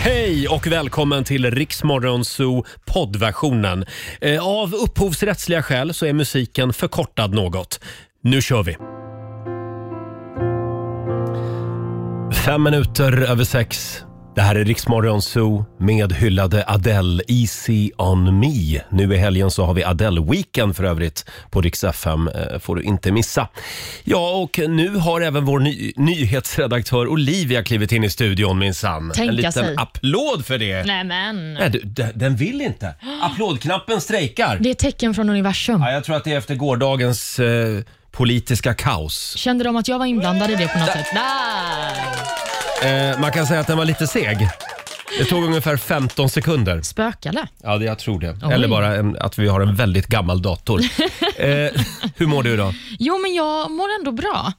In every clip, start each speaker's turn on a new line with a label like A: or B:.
A: Hej och välkommen till Riksmorgonzoo poddversionen. Eh, Av upphovsrättsliga skäl så är musiken förkortad något. Nu kör vi! Fem minuter över sex. Det här är Riksmorgonzoo med hyllade Adele, Easy on me. Nu i helgen så har vi Adele-weekend för övrigt på Rix FM. eh, får du inte missa. Ja, och nu har även vår ny- nyhetsredaktör Olivia klivit in i studion minsann.
B: Tänka
A: En liten
B: sig.
A: applåd för det.
B: Nej men.
A: Nej, du, de- den vill inte. Applådknappen strejkar.
B: Det är ett tecken från universum.
A: Ja, jag tror att det är efter gårdagens eh, politiska kaos.
B: Kände de att jag var inblandad i det på något sätt? Där!
A: Eh, man kan säga att den var lite seg. Det tog ungefär 15 sekunder.
B: Spökade.
A: Ja, det- jag tror det.
B: Oj.
A: Eller bara en, att vi har en väldigt gammal dator. eh, hur mår du idag?
B: Jo, men jag mår ändå bra.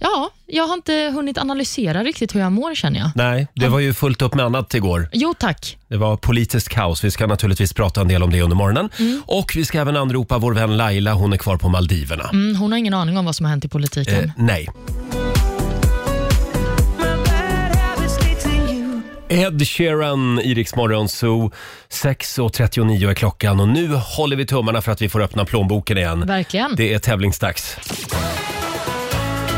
B: Ja, jag har inte hunnit analysera riktigt hur jag mår känner jag.
A: Nej, det var ju fullt upp med annat igår.
B: Jo tack.
A: Det var politiskt kaos. Vi ska naturligtvis prata en del om det under morgonen.
B: Mm.
A: Och vi ska även anropa vår vän Laila. Hon är kvar på Maldiverna.
B: Mm, hon har ingen aning om vad som har hänt i politiken.
A: Eh, nej. Ed Sheeran i Rix Morgon Zoo. 6.39 är klockan och nu håller vi tummarna för att vi får öppna plånboken igen.
B: Verkligen.
A: Det är tävlingsdags.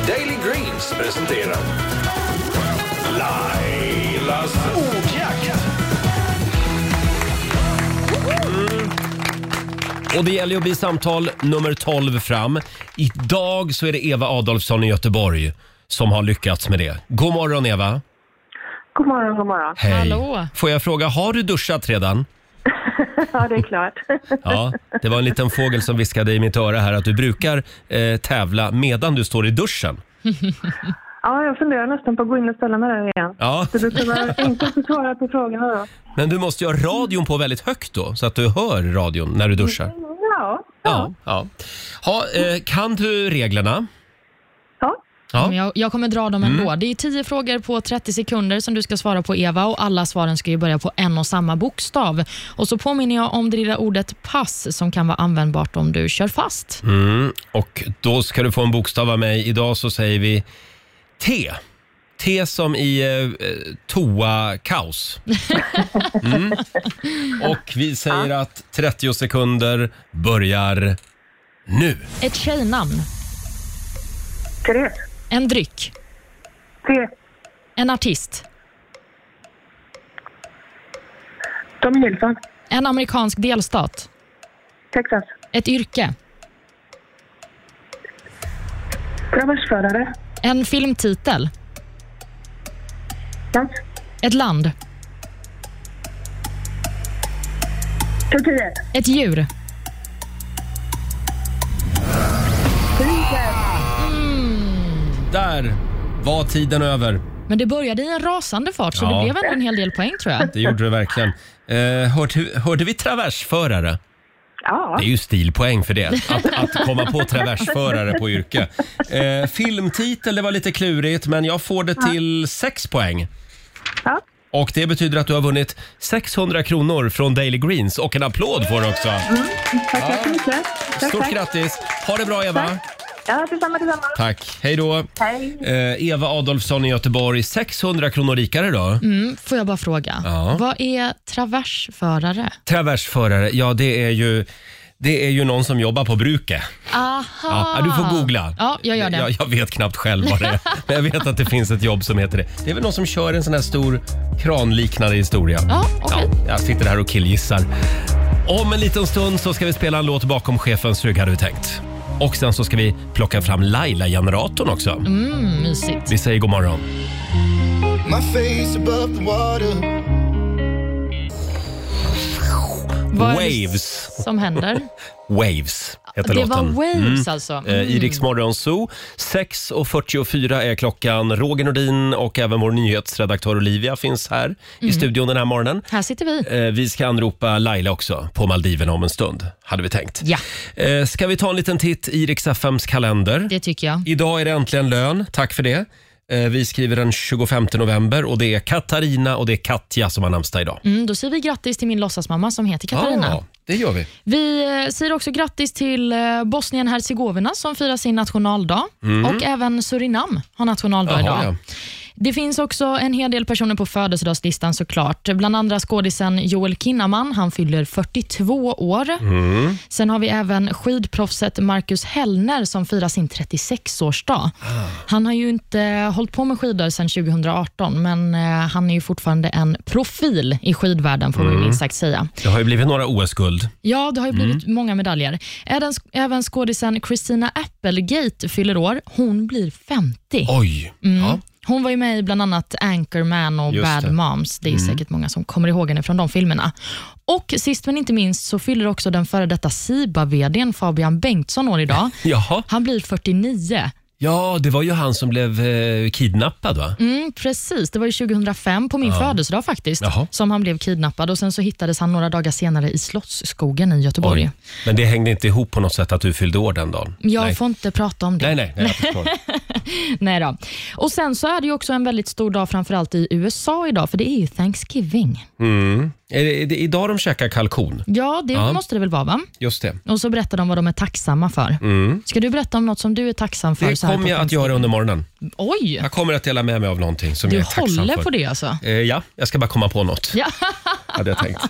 C: Daily Greens presenterar Lailas ordjakt.
A: Och det gäller ju att bli samtal nummer 12 fram. Idag så är det Eva Adolfsson i Göteborg som har lyckats med det. God morgon Eva!
D: God morgon, god morgon.
A: Hej!
B: Hallå.
A: Får jag fråga, har du duschat redan?
D: Ja, det är klart.
A: Ja, det var en liten fågel som viskade i mitt öra här att du brukar eh, tävla medan du står i duschen.
D: Ja, jag funderar nästan på att gå in och ställa mig där igen.
A: Ja,
D: Det brukar vara enkelt att svara på frågorna då.
A: men du måste ju ha radion på väldigt högt då, så att du hör radion när du duschar.
D: Ja,
A: Ja. ja. Ha, eh, kan du reglerna?
D: ja.
B: Men jag, jag kommer dra dem ändå. Det är 10 frågor på 30 sekunder som du ska svara på Eva och alla svaren ska ju börja på en och samma bokstav. Och så påminner jag om det lilla ordet pass som kan vara användbart om du kör fast.
A: Och då ska du få en bokstav av mig. Idag så säger vi T. T som i eh, toa-kaos. Mm. Och vi säger att 30 sekunder börjar nu.
B: Ett tjejnamn.
D: Therese.
B: En dryck.
D: Therese.
B: En artist.
D: Tommy Nilsson.
B: En amerikansk delstat.
D: Texas.
B: Ett yrke.
D: Traversförare.
B: En filmtitel.
D: Dans.
B: Ett land.
D: Turkiet.
B: Ett djur.
A: Där var tiden över.
B: Men det började i en rasande fart, så
A: Ja.
B: det blev ändå en hel del poäng tror jag.
A: Det gjorde det verkligen. Eh, hörde, hörde vi traversförare?
D: Ja,
A: Det är ju stilpoäng för det, att, att komma på traversförare på yrke. Eh, filmtitel, det var lite klurigt, men jag får det till sex poäng.
D: Ja.
A: Och det betyder att du har vunnit 600 kronor från Daily Greens och en applåd får du också.
D: tackar så mycket. Mm, Tack,
A: Stort
D: tack.
A: grattis! Ha det bra Eva!
D: Ja, detsamma, detsamma.
A: Tack, hej då!
D: Hej.
A: Eh, Eva Adolfsson i Göteborg, 600 kronor rikare då.
B: Mm, får jag bara fråga,
A: Ja.
B: vad är traversförare?
A: Traversförare, ja det är ju det är ju någon som jobbar på bruket.
B: Aha!
A: Ja, du får googla.
B: Ah. Ja, jag gör det.
A: Jag, jag vet knappt själv vad det är. Men jag vet att det finns ett jobb som heter det. Det är väl någon som kör en sån här stor kranliknande historia.
B: Ja, okej.
A: jag sitter här och killgissar. Om en liten stund så ska vi spela en låt bakom chefens rygg hade vi tänkt. Och sen så ska vi plocka fram Laila-generatorn också.
B: Mm, mysigt.
A: Vi säger god morgon.
E: My face above the water.
B: Vad är det
A: Waves.
B: som händer?
A: Waves heter
B: Det var
A: låten.
B: Waves alltså.
A: Eh, i Rix Morgon Zoo. 6.44 är klockan. Roger Nordin och även vår nyhetsredaktör Olivia finns här
B: Mm.
A: i studion den här morgonen.
B: Här sitter vi.
A: Eh, Vi ska anropa Laila också på Maldiverna om en stund, hade vi tänkt.
B: Ja.
A: Eh, Ska vi ta en liten titt i Rix FMs kalender?
B: Det tycker jag.
A: Idag är det äntligen lön, tack för det. Eh, Vi skriver den 25 november och det är Katarina och det är Katja som har namnsdag idag.
B: Mm, då säger vi grattis till min låtsasmamma som heter Katarina.
A: Ja, det gör vi.
B: Vi eh, säger också grattis till eh, bosnien herzegovina som firar sin nationaldag och även Surinam har nationaldag
A: Jaha,
B: idag. Det finns också en hel del personer på födelsedagslistan såklart. Bland andra skådisen Joel Kinnaman, han fyller 42 år. Sen har vi även skidproffset Marcus Hellner som firar sin 36-årsdag. Han har ju inte eh, hållit på med skidor sedan 2018, men eh, han är ju fortfarande en profil i skidvärlden får man ju minst sagt säga.
A: Det har ju blivit några OS-guld.
B: Ja, det har ju blivit
A: Mm.
B: många medaljer. Även, även skådisen Christina Applegate fyller år. Hon blir 50.
A: Oj!
B: Mm.
A: Ja.
B: Hon var ju med i bland annat Anchorman och
A: Just
B: Bad
A: det. Mm.
B: Moms. Det är säkert många som kommer ihåg henne från de filmerna. Och sist men inte minst så fyller också den före detta Siba-vdn Fabian Bengtsson år idag.
A: Jaha.
B: Han blir 49.
A: Ja, det var ju han som blev eh, kidnappad va?
B: Mm, precis, det var ju 2005 på min födelsedag faktiskt
A: Jaha.
B: som han blev kidnappad och sen så hittades han några dagar senare i Slottsskogen i Göteborg.
A: Men det hängde inte ihop på något sätt att du fyllde år den dagen?
B: Jag
A: nej.
B: får inte prata om det.
A: nej, nej, nej, jag förstår. Eh,
B: Nej då. Och Sen så är det ju också en väldigt stor dag framförallt i USA idag, för det är ju Thanksgiving.
A: är det, är det idag de käkar kalkon?
B: Ja, det
A: Ja.
B: måste det väl vara? va?
A: Just det.
B: Och så berättar de vad de är tacksamma för. Ska du berätta om något som du är tacksam för?
A: Mm. Det
B: så här på
A: kommer jag att göra under morgonen.
B: Thanksgiving? Oj,
A: Jag kommer att dela med mig av någonting som
B: du
A: jag är tacksam
B: håller
A: för.
B: på det alltså.
A: Eh, ja, jag ska bara komma på något.
B: Ja.
A: Hade jag tänkt.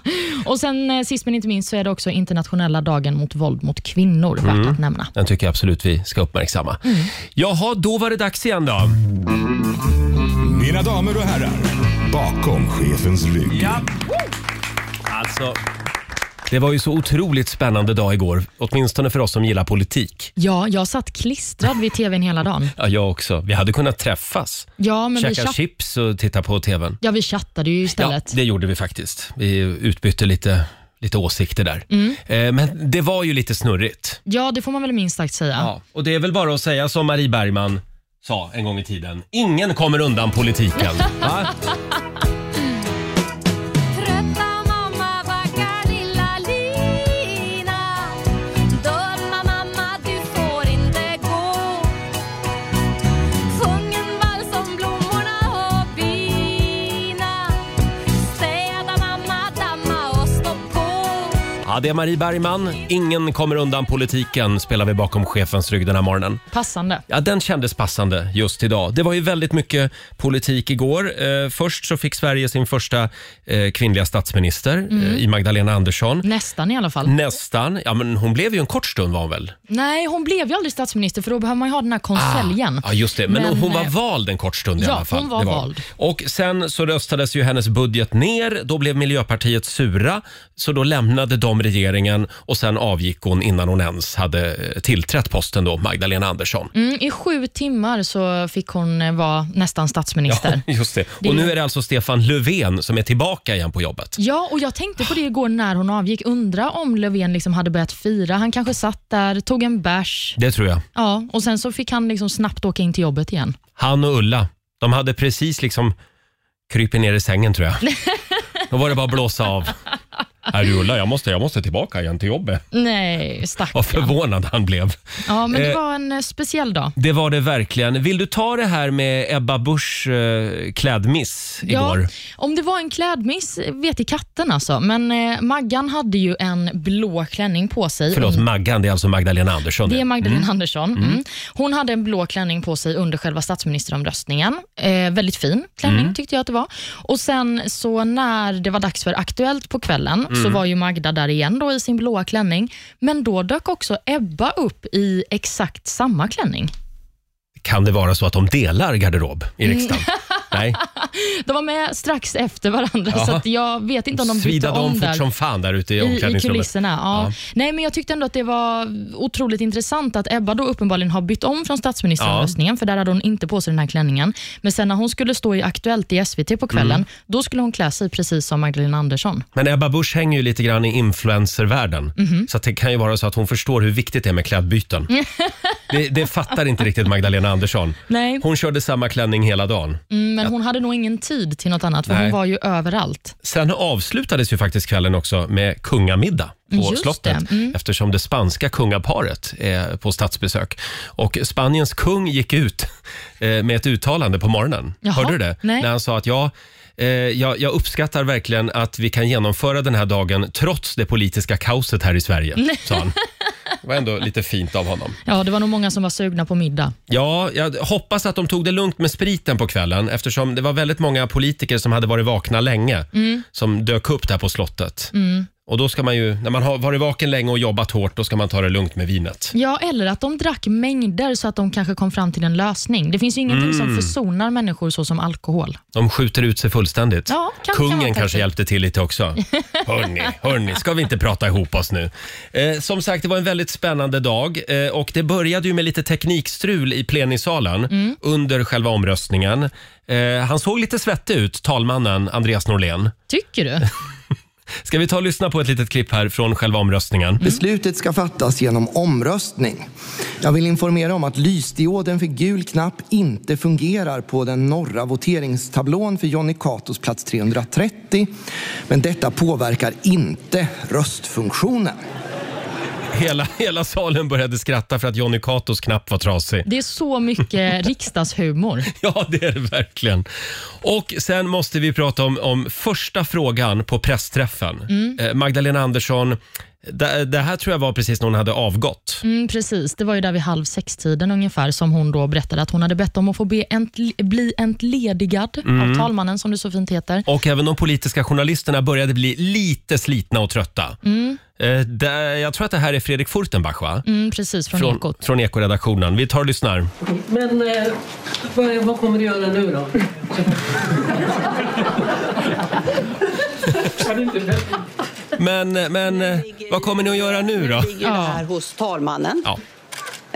B: Och sen eh, sist men inte minst så är det också internationella dagen mot våld mot kvinnor,
A: Mm.
B: värt att nämna.
A: Den tycker jag absolut vi ska uppmärksamma.
B: Mm.
A: Jaha, då var det dags igen då.
F: Mina damer och herrar, bakom chefens rygg.
A: Ja. Alltså, det var ju så otroligt spännande dag igår. Åtminstone för oss som gillar politik.
B: Ja, jag satt klistrad vid tvn hela dagen.
A: Ja, jag också. Vi hade kunnat träffas.
B: Ja, men vi,
A: Käka
B: chatt-
A: chips och titta på TVn.
B: ja, vi chattade ju
A: Ja,
B: istället.
A: det gjorde vi faktiskt. Vi utbytte lite, lite åsikter där.
B: Mm.
A: Eh, men det var ju lite snurrigt.
B: Ja, det får man väl minst sagt säga.
A: Ja, och det är väl bara att säga som Marie Bergman sa en gång i tiden. Ingen kommer undan politiken. Va?
G: Trötta mamma backar lilla lina Dörma mamma, du får inte gå Sjung en vals om blommorna och bina Städa mamma, damma och stå på
A: Ja, det är Marie Bergman. Ingen kommer undan politiken spelar vi bakom chefens rygg den här morgonen.
B: Passande.
A: Ja, den kändes passande just idag. Det var ju väldigt mycket politik igår. Eh, först så fick Sverige sin första eh, kvinnliga statsminister
B: Mm.
A: eh, i Magdalena Andersson.
B: Nästan i alla fall.
A: Nästan. Ja, men hon blev ju en kort stund var hon väl?
B: Nej, hon blev ju aldrig statsminister för då behöver man ju ha den här konseljen.
A: Ah, Ja, just det. Men,
B: Men,
A: hon var
B: eh,
A: vald en kort stund i
B: ja,
A: alla fall.
B: hon var
A: Det
B: vald.
A: Och sen så röstades ju hennes budget ner. Då blev Miljöpartiet sura, så då lämnade de regeringen och sen avgick hon innan hon ens hade eh, tillträtt posten då, Magdalena Andersson.
B: Mm, I sju timmar så fick hon eh, vara nästan statsminister. Ja.
A: Just det. Och nu är det alltså Stefan Löfven som är tillbaka igen på jobbet.
B: och jag tänkte på det igår när hon avgick. Undra om Löfven liksom hade börjat fira. Han kanske satt där, tog en bärs.
A: Det tror jag.
B: Ja, och sen så fick han liksom snabbt åka in till jobbet igen.
A: Han och Ulla, de hade precis liksom krypit ner i sängen tror jag. Då var det bara att blåsa av. Är du Ulla, jag måste, jag måste tillbaka igen till jobbet.
B: Nej,
A: Vad
B: stackarn.
A: förvånad han blev.
B: Ja, men det
A: Eh.
B: var en eh, speciell dag.
A: Det var det verkligen. Vill du ta det här med Ebba Busch eh, klädmiss igår?
B: om det var en klädmiss vet i katten alltså. Men eh, Maggan hade ju en blå klänning på sig.
A: Förlåt, Maggan. Det är alltså Magdalena Andersson.
B: Mm. Det är Magdalena Andersson. Mm. Hon hade en blå klänning på sig under själva statsministeromröstningen. Eh, väldigt fin klänning tyckte jag att det var. Och Sen så när det var dags för Aktuellt på kvällen så var ju Magda där igen då i sin blåa klänning. Men då dök också Ebba upp i exakt samma klänning.
A: Kan det vara så att de delar garderob i
B: Mm.
A: riksdagen? Nej,
B: De var med strax efter varandra
A: Jaha.
B: så att jag vet inte om de bytte
A: svidade
B: om
A: om
B: där.
A: fort som fan där ute i
B: I, i
A: omklädningsrummet.
B: kulisserna. Ja. Nej, men jag tyckte ändå att det var otroligt intressant att Ebba då uppenbarligen har bytt om från statsministeromröstningen, för där hade hon inte på sig den här klänningen. Men sen när hon skulle stå i Aktuellt i SVT på kvällen,
A: Mm.
B: då skulle hon klä sig precis som Magdalena Andersson.
A: Men Ebba Busch hänger ju lite grann i influencervärlden. Så att det kan ju vara så att hon förstår hur viktigt det är med klädbyten. det, det fattar inte riktigt Magdalena Andersson.
B: Nej.
A: Hon körde samma klänning hela dagen.
B: Mm, Men hon hade nog ingen tid till något annat, för
A: Nej.
B: hon var ju överallt.
A: Sen avslutades ju faktiskt kvällen också med kungamiddag på
B: Just
A: slottet
B: det, mm.
A: eftersom det spanska kungaparet är på statsbesök. Och Spaniens kung gick ut eh, med ett uttalande på morgonen.
B: Jaha,
A: Hörde du det?
B: nej.
A: När han sa att ja, eh, jag, jag uppskattar verkligen att vi kan genomföra den här dagen trots det politiska kaoset här i Sverige, sa han. var ändå lite fint av honom.
B: Ja, det var nog många som var sugna på middag.
A: Ja, jag hoppas att de tog det lugnt med spriten på kvällen eftersom det var väldigt många politiker som hade varit vakna länge
B: Mm.
A: som dök upp där på slottet. Och då ska man ju, när man har varit vaken länge och jobbat hårt, då ska man ta det lugnt med vinet.
B: Ja, eller att de drack mängder så att de kanske kom fram till en lösning. Det finns ju ingenting
A: Mm.
B: som försonar människor så som alkohol.
A: De skjuter ut sig fullständigt.
B: Ja, kan- kan
A: Kungen
B: vara
A: kanske
B: taktik.
A: hjälpte till lite också. Hörni, hörni, ska vi inte prata ihop oss nu? Eh, som sagt, det var en väldigt spännande dag eh, och det började ju med lite teknikstrul i plenisalen
B: Mm.
A: under själva omröstningen. Eh, han såg lite svettig ut, talmannen Andreas Norlén.
B: Tycker du?
A: Ska vi ta och lyssna på ett litet klipp här från själva omröstningen?
B: Mm.
H: Beslutet ska fattas genom omröstning. Jag vill informera om att lysdioden för gul knapp inte fungerar på den norra voteringstablån för Jonny Catos plats 330. Men detta påverkar inte röstfunktionen.
A: Hela, hela salen började skratta för att Johnny Catos knapp var trasig.
B: Det är så mycket riksdagshumor.
A: Ja, det är det verkligen. Och sen måste vi prata om, om första frågan på pressträffen.
B: Mm.
A: Eh, Magdalena Andersson, det, det här tror jag var precis när hon hade avgått.
B: Mm, precis, det var ju där vid halv sex-tiden ungefär som hon då berättade att hon hade bett om att få be ent- bli entledigad av talmannen, som det så fint heter.
A: Och även de politiska journalisterna började bli lite slitna och trötta. Eh, det, jag tror att det här är Fredrik Furtenbach, va?
B: Mm, precis, från,
A: Från,
B: Ekot.
A: från Ekoredaktionen. Vi tar och lyssnar.
I: Men eh, vad, vad kommer du göra nu då? Kan du inte
A: Men, men eh, vad kommer ni att göra nu då?
J: ligger det här hos talmannen.
A: Ja.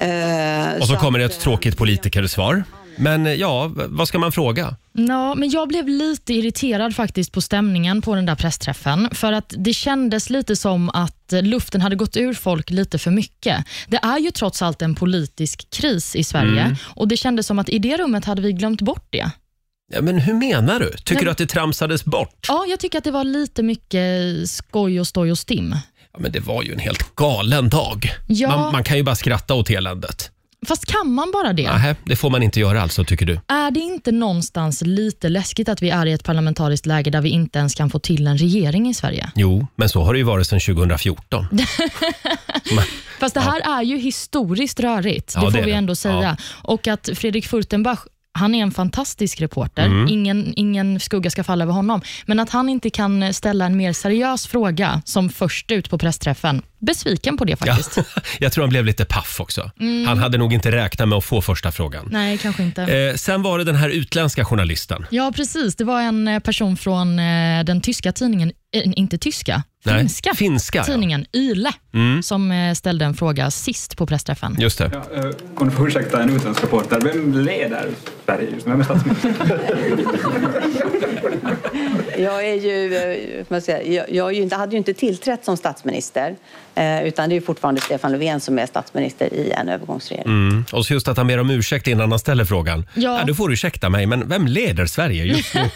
J: Eh,
A: Och så
J: att,
A: kommer det ett
J: eh,
A: tråkigt politikersvar. Men eh, ja, v- vad ska man fråga?
B: Ja, men jag blev lite irriterad faktiskt på stämningen på den där pressträffen. För att det kändes lite som att eh, luften hade gått ur folk lite för mycket. Det är ju trots allt en politisk kris i Sverige och det kändes som att i det rummet hade vi glömt bort det.
A: Ja, men hur menar du? Tycker
B: Nej,
A: du
B: men-
A: att det tramsades bort?
B: Ja, jag tycker att det var lite mycket skoj och stoj och stim.
A: Ja, men det var ju en helt galen dag.
B: Ja.
A: Man, man kan ju bara skratta åt eländet.
B: Fast kan man bara det?
A: Nähä, det får man inte göra alltså, tycker du?
B: Är det inte någonstans lite läskigt att vi är i ett parlamentariskt läge där vi inte ens kan få till en regering i Sverige?
A: Jo, men så har det ju varit sedan 2014.
B: Fast det här är ju historiskt rörigt,
A: Ja,
B: det
A: det
B: får
A: är
B: vi
A: det.
B: ändå säga. Och att Fredrik Furtenbach, han är en fantastisk reporter.
A: Mm.
B: Ingen, ingen skugga ska falla över honom. Men att han inte kan ställa en mer seriös fråga som först ut på pressträffen, besviken på det
A: Ja.
B: faktiskt.
A: Jag tror han blev lite paff också. Han hade nog inte räknat med att få första frågan.
B: Mm. Nej, kanske inte.
A: Eh, sen var det den här utländska journalisten.
B: Ja, precis. Det var en eh, person från eh, den tyska tidningen, eh, inte tyska,
A: Nej,
B: finska,
A: finska, ja. Mm.
B: tidningen Yle, som eh, ställde en fråga sist på pressträffen.
A: Just det.
I: eh, Kommer du få ursäkta en utländsk reporter? Vem leder Sverige just nu? Vem är statsminister?
J: Jag, är ju, eh, vad ska jag, säga, jag, jag är ju inte, hade ju inte tillträtt som statsminister eh, utan det är ju fortfarande Stefan Löfven som är statsminister i en övergångsregering.
A: Mm. Och så just att han ber om ursäkt innan han ställer frågan.
B: Ja.
A: Ja. du får ursäkta mig, men vem leder Sverige just nu?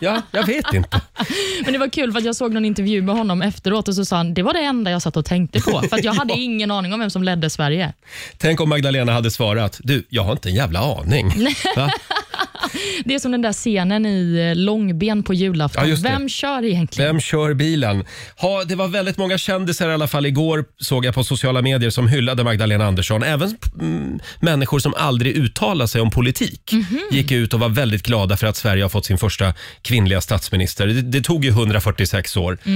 A: ja, jag vet inte.
B: Men det var kul för att jag såg någon intervju med honom efteråt och så sa han det var det enda jag satt och tänkte på för att jag hade ingen aning om vem som ledde Sverige.
A: Tänk om Magdalena hade svarat, du, jag har inte en jävla aning. Va?
B: Det är som den där scenen i eh, Långben på julafton.
A: Ja, just det.
B: vem kör egentligen?
A: Vem kör bilen? Ha, det var väldigt många kändisar i alla fall igår såg jag på sociala medier som hyllade Magdalena Andersson. Även mm, människor som aldrig uttalar sig om politik gick ut och var väldigt glada för att Sverige har fått sin första kvinnliga statsminister. Det, det tog ju 146 år. Eh,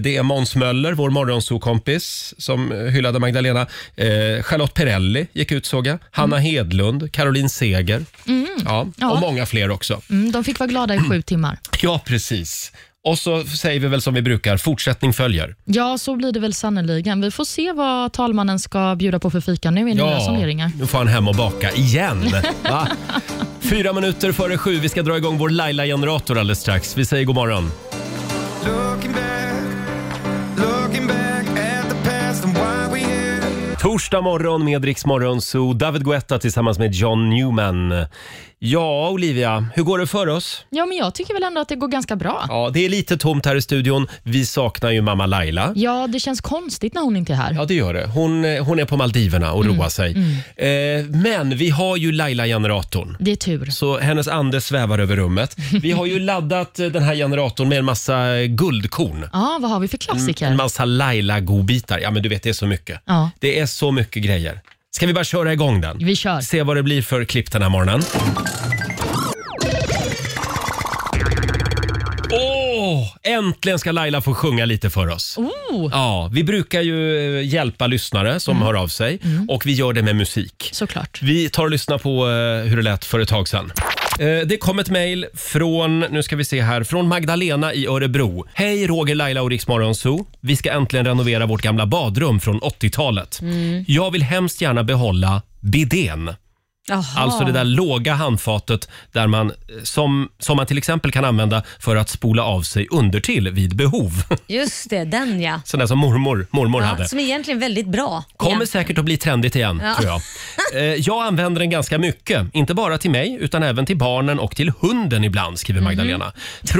A: det är Måns Möller, vår morgonsokompis, som eh, hyllade Magdalena. Eh, Charlotte Perrelli gick ut såg jag. Hanna Hedlund, Caroline Seger ja, och
B: Ja.
A: många fler också.
B: Mm, de fick vara glada i sju timmar.
A: Ja, precis. Och så säger vi väl som vi brukar, fortsättning följer.
B: Ja, så blir det väl sannoliken. Vi får se vad talmannen ska bjuda på för fika nu i nya sonderingar.
A: nu får han hem och baka igen. Va? Fyra minuter före sju. Vi ska dra igång vår Laila-generator alldeles strax. Vi säger god morgon.
E: Looking back, looking back at the past and why we here.
A: Torsdag morgon med Rix Morgon, så David Guetta tillsammans med John Newman. Ja, Olivia, hur går det för oss?
B: Ja, men jag tycker väl ändå att det går ganska bra.
A: Ja, det är lite tomt här i studion. Vi saknar ju mamma Laila.
B: Ja, det känns konstigt när hon inte är här.
A: Ja, det gör det. Hon, eh, hon är på Maldiverna och roar sig. Eh, men vi har ju Laila-generatorn.
B: Det är tur.
A: Så hennes ande svävar över rummet. Vi har ju laddat eh, den här generatorn med en massa eh, guldkorn.
B: Ja, vad har vi för klassiker?
A: En massa Laila-godbitar. Ja, men du vet, det är så mycket.
B: Ja.
A: Det är så mycket grejer. Ska vi bara köra igång den?
B: Vi kör.
A: Se vad det blir för klipp den här morgonen. Åh, äntligen ska Laila få sjunga lite för oss.
B: Oh, Mm.
A: Ja, vi brukar ju eh, hjälpa lyssnare som hör av sig och vi gör det med musik.
B: såklart.
A: Vi tar och lyssnar på eh, hur det lät för ett tag sedan. Eh, Det kom ett mejl från, nu ska vi se här, från Magdalena i Örebro. Hej Roger, Laila och Riksmorgon Zoo. Vi ska äntligen renovera vårt gamla badrum från 80-talet. Jag vill hemskt gärna behålla bidén.
K: Jaha.
A: Alltså det där låga handfatet där man, eh, som, som man till exempel kan använda för att spola av sig undertill vid behov.
K: Just det, den ja.
A: Sån där som mormor, mormor
K: ja
A: hade.
K: som är egentligen väldigt bra.
A: Kommer säkert att bli trendigt igen,
K: Ja.
A: tror jag. Eh, jag använder den ganska mycket. Inte bara till mig, utan även till barnen och till hunden ibland, skriver
K: Mhm.
A: Magdalena.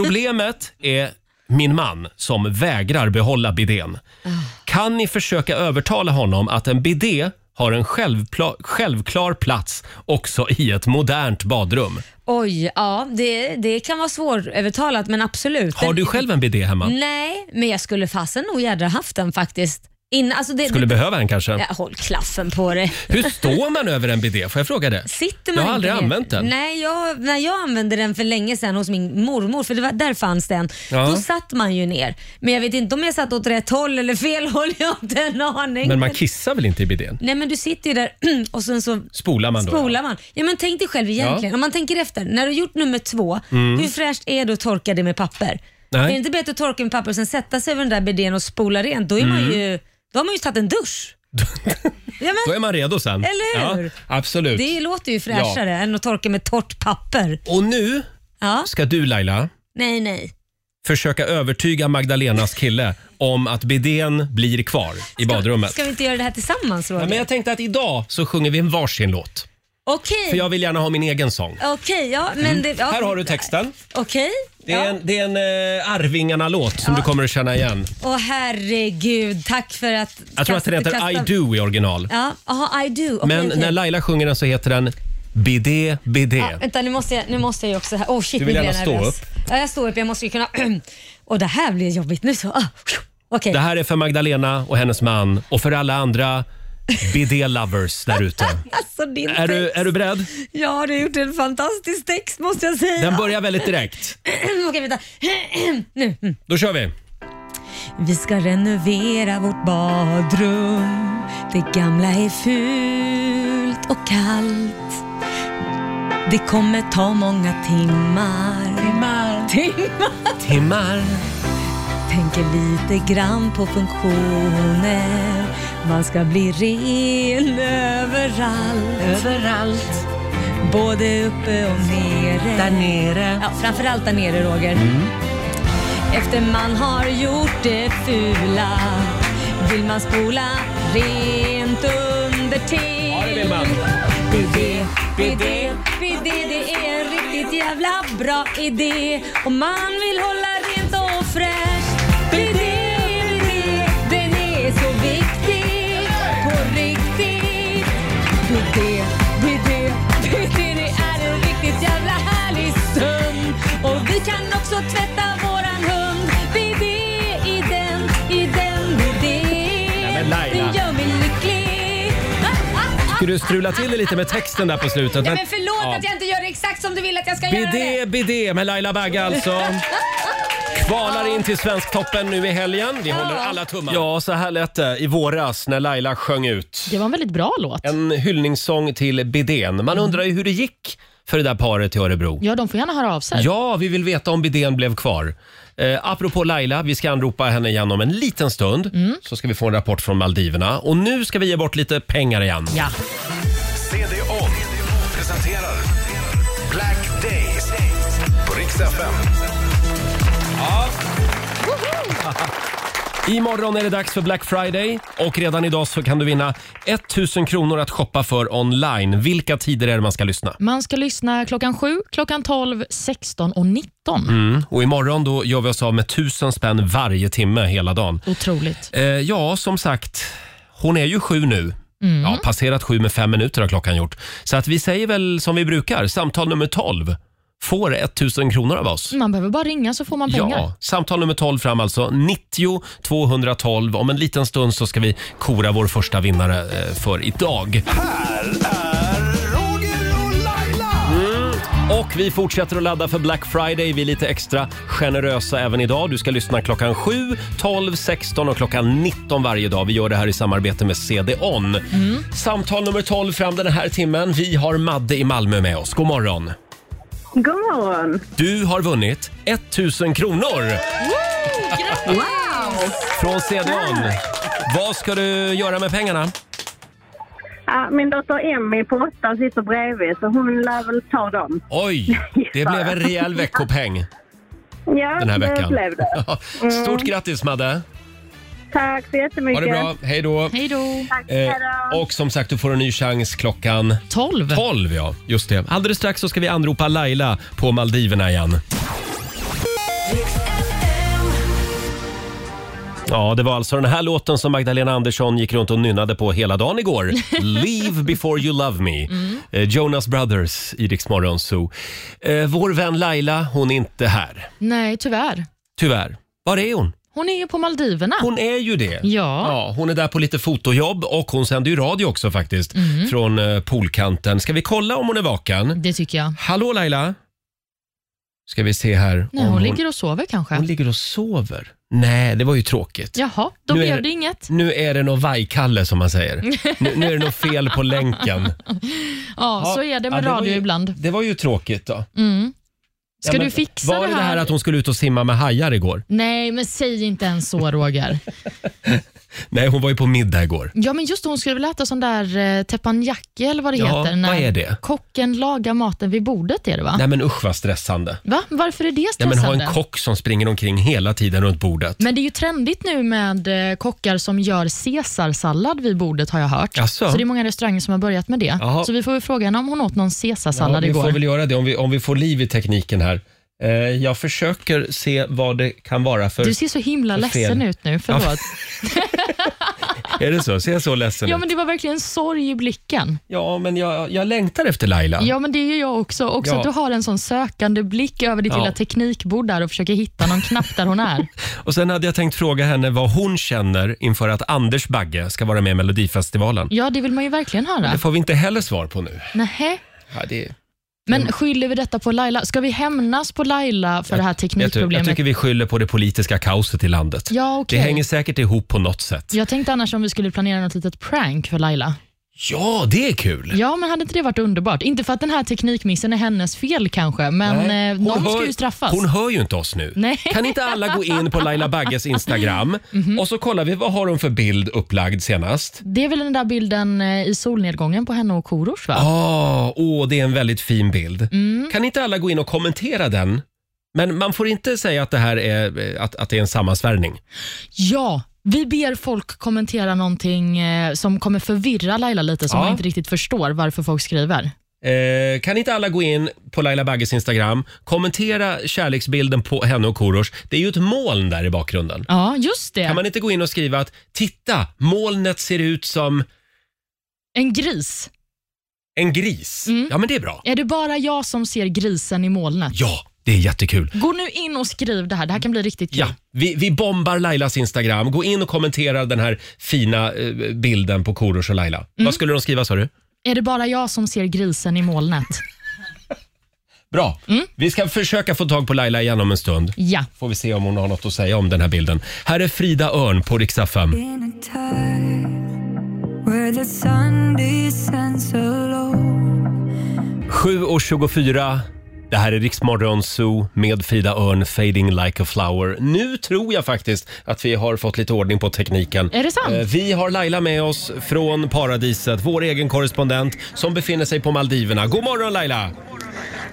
A: Problemet är min man som vägrar behålla bidén.
K: Ah.
A: Kan ni försöka övertala honom att en bidé har en självpla- självklar plats också i ett modernt badrum?
K: Oj, ja det, det kan vara svårövertalat men absolut.
A: Har
K: Den-
A: du själv en bidé hemma?
K: Nej, men jag skulle fasen nog gärna haft den faktiskt. In, alltså det,
A: Skulle
K: det,
A: behöva en kanske?
K: Ja, håll klaffen på dig.
A: Hur står man över en bidé? Får jag fråga det?
K: Sitter man
A: jag har
K: inte
A: aldrig
K: ner?
A: använt den.
K: Nej, jag, när jag använde den för länge sedan hos min mormor, för det var, där fanns den.
A: Ja.
K: Då satt man ju ner. Men jag vet inte om jag satt åt rätt håll eller fel håll, jag har inte en aning.
A: Men man kissar väl inte i bidén?
K: Nej men du sitter ju där och sen så
A: Spolar man då?
K: spolar man. Ja men tänk dig själv egentligen,
A: Ja.
K: om man tänker efter, när du har gjort nummer två,
A: Mm.
K: hur fräscht är det att torka det med papper?
A: Nej.
K: Är det inte bättre att torka med papper och sen sätta sig över den där bidén och spola rent? Då, är man
A: Mm.
K: ju, då har man ju tagit en dusch.
A: Då är man redo sen.
K: Eller hur?
A: Ja, absolut.
K: Det låter ju fräschare än att torka med torrt papper.
A: Och nu
K: Ja.
A: ska du Laila
K: Nej, nej.
A: försöka övertyga Magdalenas kille om att bidén blir kvar i badrummet.
K: Ska vi inte göra det här tillsammans Roger?
A: Ja, men jag tänkte att idag så sjunger vi en varsin låt.
K: Okej,
A: För jag vill gärna ha min egen sång.
K: Okej, ja men
A: Mm.
K: det... Ja.
A: Här har du texten.
K: Okej.
A: Det är
K: ja.
A: en, det är en eh, Arvingarna-låt som du kommer att känna igen.
K: Åh herregud, tack för att...
A: Jag tror att den heter
K: kasta-
A: I Do i original.
K: Ja, aha, I do. Okej,
A: Men
K: okej.
A: när Laila sjunger den så heter den Bidé, bidé.
K: Ja, vänta, nu måste, jag, nu måste jag ju också... här- Åh shit,
A: Du vill
K: nu blir jag
A: gärna stå
K: nervös.
A: upp.
K: Ja, jag står upp. Jag måste ju kunna... Och det här blir jobbigt nu så. Ah, Okej.
A: Det här är för Magdalena och hennes man och för alla andra bidé-lovers där ute.
K: Alltså din
A: Är du,
K: text.
A: är du beredd?
K: Ja, du har gjort en fantastisk text måste jag säga.
A: Den börjar väldigt direkt.
K: Okej, vänta. nu. Mm.
A: Då kör vi.
K: Vi ska renovera vårt badrum. Det gamla är fult och kallt. Det kommer ta många timmar. Timmar. Timmar.
A: Timmar.
K: Tänker lite grann på funktioner. Man ska bli ren överallt. Överallt. Både uppe och nere. Där nere. Mm. Ja, framförallt där nere Roger. Efter man har gjort det fula vill man spola rent under till. Ja, det vill man. Bidé, bidé, bidé, det är en riktigt jävla bra idé. Och man vill hålla rent och fräscht. Bidé, bidé, den är så viktig på riktigt. Bidé, bidé, bidé, det är en riktigt jävla härlig stund. Och vi kan också tvätta våran hund. Bidé i den, i den
A: Nej,
K: bidén.
A: men Laila.
K: Den gör mig lycklig. Ah, ah, ah.
A: Ska du strula till det lite med texten där på slutet?
K: Ja, men förlåt att jag inte gör det exakt som du vill att jag ska göra det.
A: Bidé, bidé med Laila Bagge alltså. Kvalar in till Svensktoppen nu i helgen. Vi håller alla tummar. Ja, så här lät det i våras när Laila sjöng ut.
B: Det var en väldigt bra låt.
A: En hyllningssång till bidén.
K: Mm.
A: Man undrar ju hur det gick för det där paret i Örebro.
B: Ja, de får gärna höra av sig.
A: Ja, vi vill veta om bidén blev kvar. Eh, apropå Laila, vi ska anropa henne igen om en liten stund. Så ska vi få en rapport från Maldiverna. Och nu ska vi ge bort lite pengar igen.
B: Ja.
C: CD-ON presenterar Black Days på Rix FM.
A: Imorgon är det dags för Black Friday och redan idag så kan du vinna 1000 kronor att shoppa för online. Vilka tider är det man ska lyssna?
B: Man ska lyssna klockan 7, klockan 12, 16 och 19.
A: Mm. Och imorgon då gör vi oss av med 1000 spänn varje timme hela dagen.
B: Otroligt.
A: Eh, ja, som sagt, hon är ju sju nu.
B: Mm.
A: Ja, passerat sju med fem minuter har klockan gjort. Så att vi säger väl som vi brukar, samtal nummer 12 får 1000 kronor av oss.
B: Man behöver bara ringa så får man Mm, pengar.
A: Ja, samtal nummer 12 fram alltså. 90 212. Om en liten stund så ska vi kora vår första vinnare eh, för idag. Och vi fortsätter att ladda för Black Friday. Vi är lite extra generösa även idag. Du ska lyssna klockan 7, 12, 16 och klockan 19 varje dag. Vi gör det här i samarbete med CDON.
L: Mm.
A: Samtal nummer 12 fram den här timmen. Vi har Madde i Malmö med oss. God morgon!
D: God morgon!
A: Du har vunnit 1000 kronor!
D: Wow!
A: Från CDON. Vad ska du göra med pengarna?
L: Ja, min dotter Emmy på åtta sitter bredvid så hon lär väl ta dem.
A: Oj, det blev en rejäl veckopeng
L: Ja,
A: den här
L: det
A: veckan.
L: blev det.
A: Stort grattis Madde!
L: Tack så jättemycket.
A: Ha det bra, hej då!
B: Hej då!
L: Tack,
A: Eh,
L: hej då.
A: och som sagt, du får en ny chans klockan...
B: 12.
A: 12, ja. Just det. Alldeles strax så ska vi anropa Laila på Maldiverna igen. Ja, det var alltså den här låten som Magdalena Andersson gick runt och nynnade på hela dagen igår. Leave before you love me.
L: Mm.
A: Eh, Jonas Brothers i Rix Morgon Zoo. Eh, vår vän Laila, hon är inte här.
B: Nej, tyvärr.
A: Tyvärr. Var är hon?
L: Ah.
B: Hon är ju på Maldiverna.
A: Hon är ju det.
B: Ja.
A: hon är där på lite fotojobb och hon sänder ju radio också faktiskt.
B: Mm.
A: Från eh, poolkanten. Ska vi kolla om hon är vaken?
B: Det tycker jag.
A: Hallå Laila? Ska vi se här.
B: Nej,
A: om
B: hon, ligger och sover kanske.
A: hon ligger och sover. Nej, det var ju tråkigt.
B: Jaha, då
A: Nu är
B: blev
A: det-
B: det inget.
A: Nu är det nog vajkalle som man säger. nu, nu är det nog fel på länken.
B: Ja,
A: Ja,
B: så är det
A: ja,
B: med
A: det var
B: radio
A: ju-
B: ibland.
A: Det var ju tråkigt då.
B: Mm. Ska
A: Ja, men
B: du fixa
A: Var det det här att hon skulle ut och simma med hajar igår?
B: Nej, men säg inte ens så Roger.
A: Nej, hon var ju på middag igår.
B: Ja, men just det, hon skulle väl äta sån där eh, teppanyaki eller vad det
A: Ja,
B: heter.
A: vad är det?
B: Kocken lagar maten vid bordet är det va?
A: Nej men usch vad stressande.
B: Va? Varför är det
A: Ja,
B: stressande?
A: men ha en kock som springer omkring hela tiden runt bordet.
B: Men det är ju trendigt nu med eh, kockar som gör caesarsallad vid bordet har jag hört.
A: Jaså?
B: Så det är många restauranger som har börjat med det.
A: Jaha.
B: Så vi får väl fråga henne om hon åt någon caesarsallad
A: ja, vi
B: igår.
A: får väl göra det om vi, om vi får liv i tekniken här. Eh, jag försöker se vad det kan vara för...
B: Du ser så himla
A: för
B: ledsen
A: fel.
B: ut nu, förlåt.
A: Är det så? Ser jag så ledsen
B: Ja
A: ut?
B: men det var verkligen sorg i blicken.
A: Ja, men jag, jag längtar efter Laila.
B: Ja men det är ju jag också. Också
A: Ja.
B: att du har en sån sökande blick över ditt
A: Ja.
B: lilla teknikbord där och försöker hitta någon knapp där hon är.
A: Och Sen hade jag tänkt fråga henne vad hon känner inför att Anders Bagge ska vara med i Melodifestivalen.
B: Ja det vill man ju verkligen höra.
A: Det får vi inte heller svar på nu.
B: Nähä.
A: Ja, det,
B: Men skyller vi detta på Laila? Ska vi hämnas på Laila för det här
A: Mm. jag, ty- jag
B: teknikproblemet?
A: tycker vi skyller på det politiska kaoset i landet.
B: Ja, okej.
A: Det hänger säkert ihop på något sätt.
B: Jag tänkte annars om vi skulle planera något litet prank för Laila.
A: Ja, det är kul!
B: Ja, men hade inte det varit underbart? Inte för att den här teknikmissen är hennes fel kanske, men
A: Nej.
B: eh,
A: Hon
B: någon
A: hör-
B: ska ju straffas.
A: Hon hör ju inte oss nu.
B: Nej.
A: Kan inte alla gå in på Laila Bagges Instagram
B: Mhm.
A: och så kollar vi vad har hon för bild upplagd senast?
B: Det är väl den där bilden eh, i solnedgången på henne och Korosh va?
A: Ja, Ah, åh, det är en väldigt fin bild.
B: Mm.
A: Kan inte alla gå in och kommentera den? Men man får inte säga att det här är, eh, att, att det är en sammansvärjning.
B: Ja, vi ber folk kommentera någonting eh, som kommer förvirra Laila lite, som
A: Ja.
B: man inte riktigt förstår varför folk skriver.
A: Eh, kan inte alla gå in på Laila Bagges Instagram, kommentera kärleksbilden på henne och Korosh. Det är ju ett moln där i bakgrunden.
B: Ja, just det.
A: Kan man inte gå in och skriva att “Titta, molnet ser ut som
B: En gris.
A: en gris”?
B: Mm.
A: Ja, men det är bra.
B: Är det bara jag som ser grisen i molnet?
A: Ja, det är jättekul.
B: Gå nu in och skriv det här. Det här kan bli riktigt kul.
A: Ja, vi, vi bombar Lailas Instagram. Gå in och kommentera den här fina eh, bilden på Korosh och Laila. Vad skulle de skriva sa du?
B: Är det bara jag som ser grisen i molnet?
A: Bra. Vi ska försöka få tag på Laila igen om en stund.
B: Ja.
A: Får vi se om hon har något att säga om den här bilden. Här är Frida Örn på Riksa
M: In
A: 5.
M: a time where the sun descends alone.
A: 7.24. Det här är Riksmorgon Zoo med Frida Örn, Fading like a flower. Nu tror jag faktiskt att vi har fått lite ordning på tekniken.
B: Är det sant?
A: Eh, Vi har Laila med oss från paradiset, vår egen korrespondent som befinner sig på Maldiverna. God morgon Laila!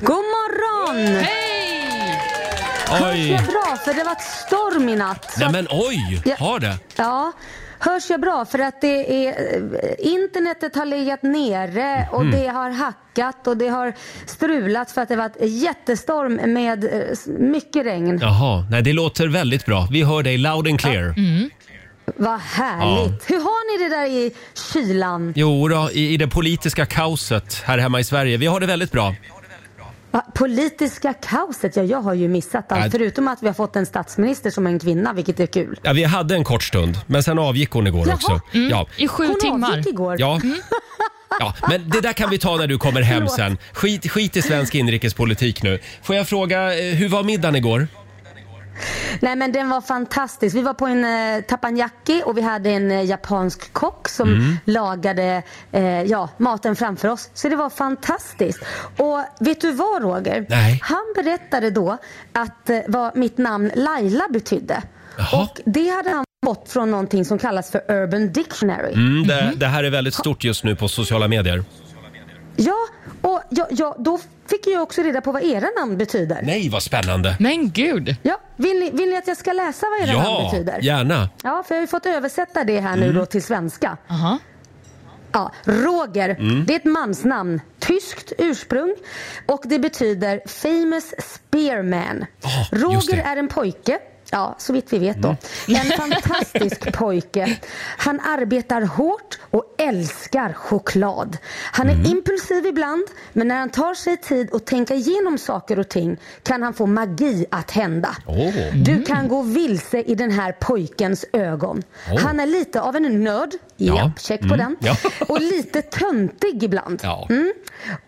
N: God morgon!
B: Hej!
A: Oj.
N: Hörs jag bra? För det har varit storm i natt.
A: Nej men oj,
N: Ja.
A: har det?
N: Ja, hörs jag bra? För att det är, eh, internetet har legat nere och
A: Mhm.
N: det har hackat och det har strulat för att det har varit jättestorm med eh, s- mycket regn.
A: Jaha, nej det låter väldigt bra. Vi hör dig loud and clear.
N: Mm. Vad härligt! Hur har ni det där i kylan?
A: Jo då, i, i det politiska kaoset här hemma i Sverige. Vi har det väldigt bra.
N: Va, Politiska kaoset, ja jag har ju missat allt.
A: Nej.
N: Förutom att vi har fått en statsminister som är en kvinna, vilket är kul.
A: Ja, vi hade en kort stund, men sen avgick hon igår
N: Jaha.
A: också.
N: Mm.
A: Ja.
B: I sju
N: Hon
B: timmar.
N: avgick igår.
A: Ja. ja, men det där kan vi ta när du kommer hem
N: Mm. Förlåt.
A: sen. Skit, skit i svensk inrikespolitik nu. Får jag fråga, eh, hur var middagen igår?
N: Nej men den var fantastisk. Vi var på en eh, tapanjaki och vi hade en eh, japansk kock som
O: Mm.
N: lagade eh, ja, maten framför oss. Så det var fantastiskt. Och vet du vad Roger?
O: Nej.
N: Han berättade då att eh, vad mitt namn Laila betydde. Och det hade han fått från någonting som kallas för Urban Dictionary.
A: Mm,
N: Mm-hmm.
A: det, det här är väldigt stort just nu på sociala medier.
N: Ja, och ja, ja, då fick jag också reda på vad era namn betyder.
A: Nej, vad spännande!
B: Men gud!
N: Ja, vill, ni, vill ni att jag ska läsa vad era namn
A: Ja,
N: betyder?
A: gärna.
N: Ja, för jag har ju fått översätta det här nu
A: Mm.
N: då till svenska. Ja, Roger,
O: Mm.
N: det är ett mansnamn. Tyskt ursprung och det betyder famous spearman.
O: Ah, just det. Mm.
N: Roger är en pojke. Ja, så vitt vi vet då. En fantastisk pojke. Han arbetar hårt och älskar choklad. Han är
O: Mm.
N: impulsiv ibland, men när han tar sig tid att tänka igenom saker och ting kan han få magi att hända.
O: Mm.
N: Du kan gå vilse i den här pojkens ögon.
O: Oh.
N: Han är lite av en nörd.
O: Ja.
N: Ja, check på
O: Mm.
N: den.
O: Ja.
N: Och lite töntig ibland.
O: Ja.
N: Mm.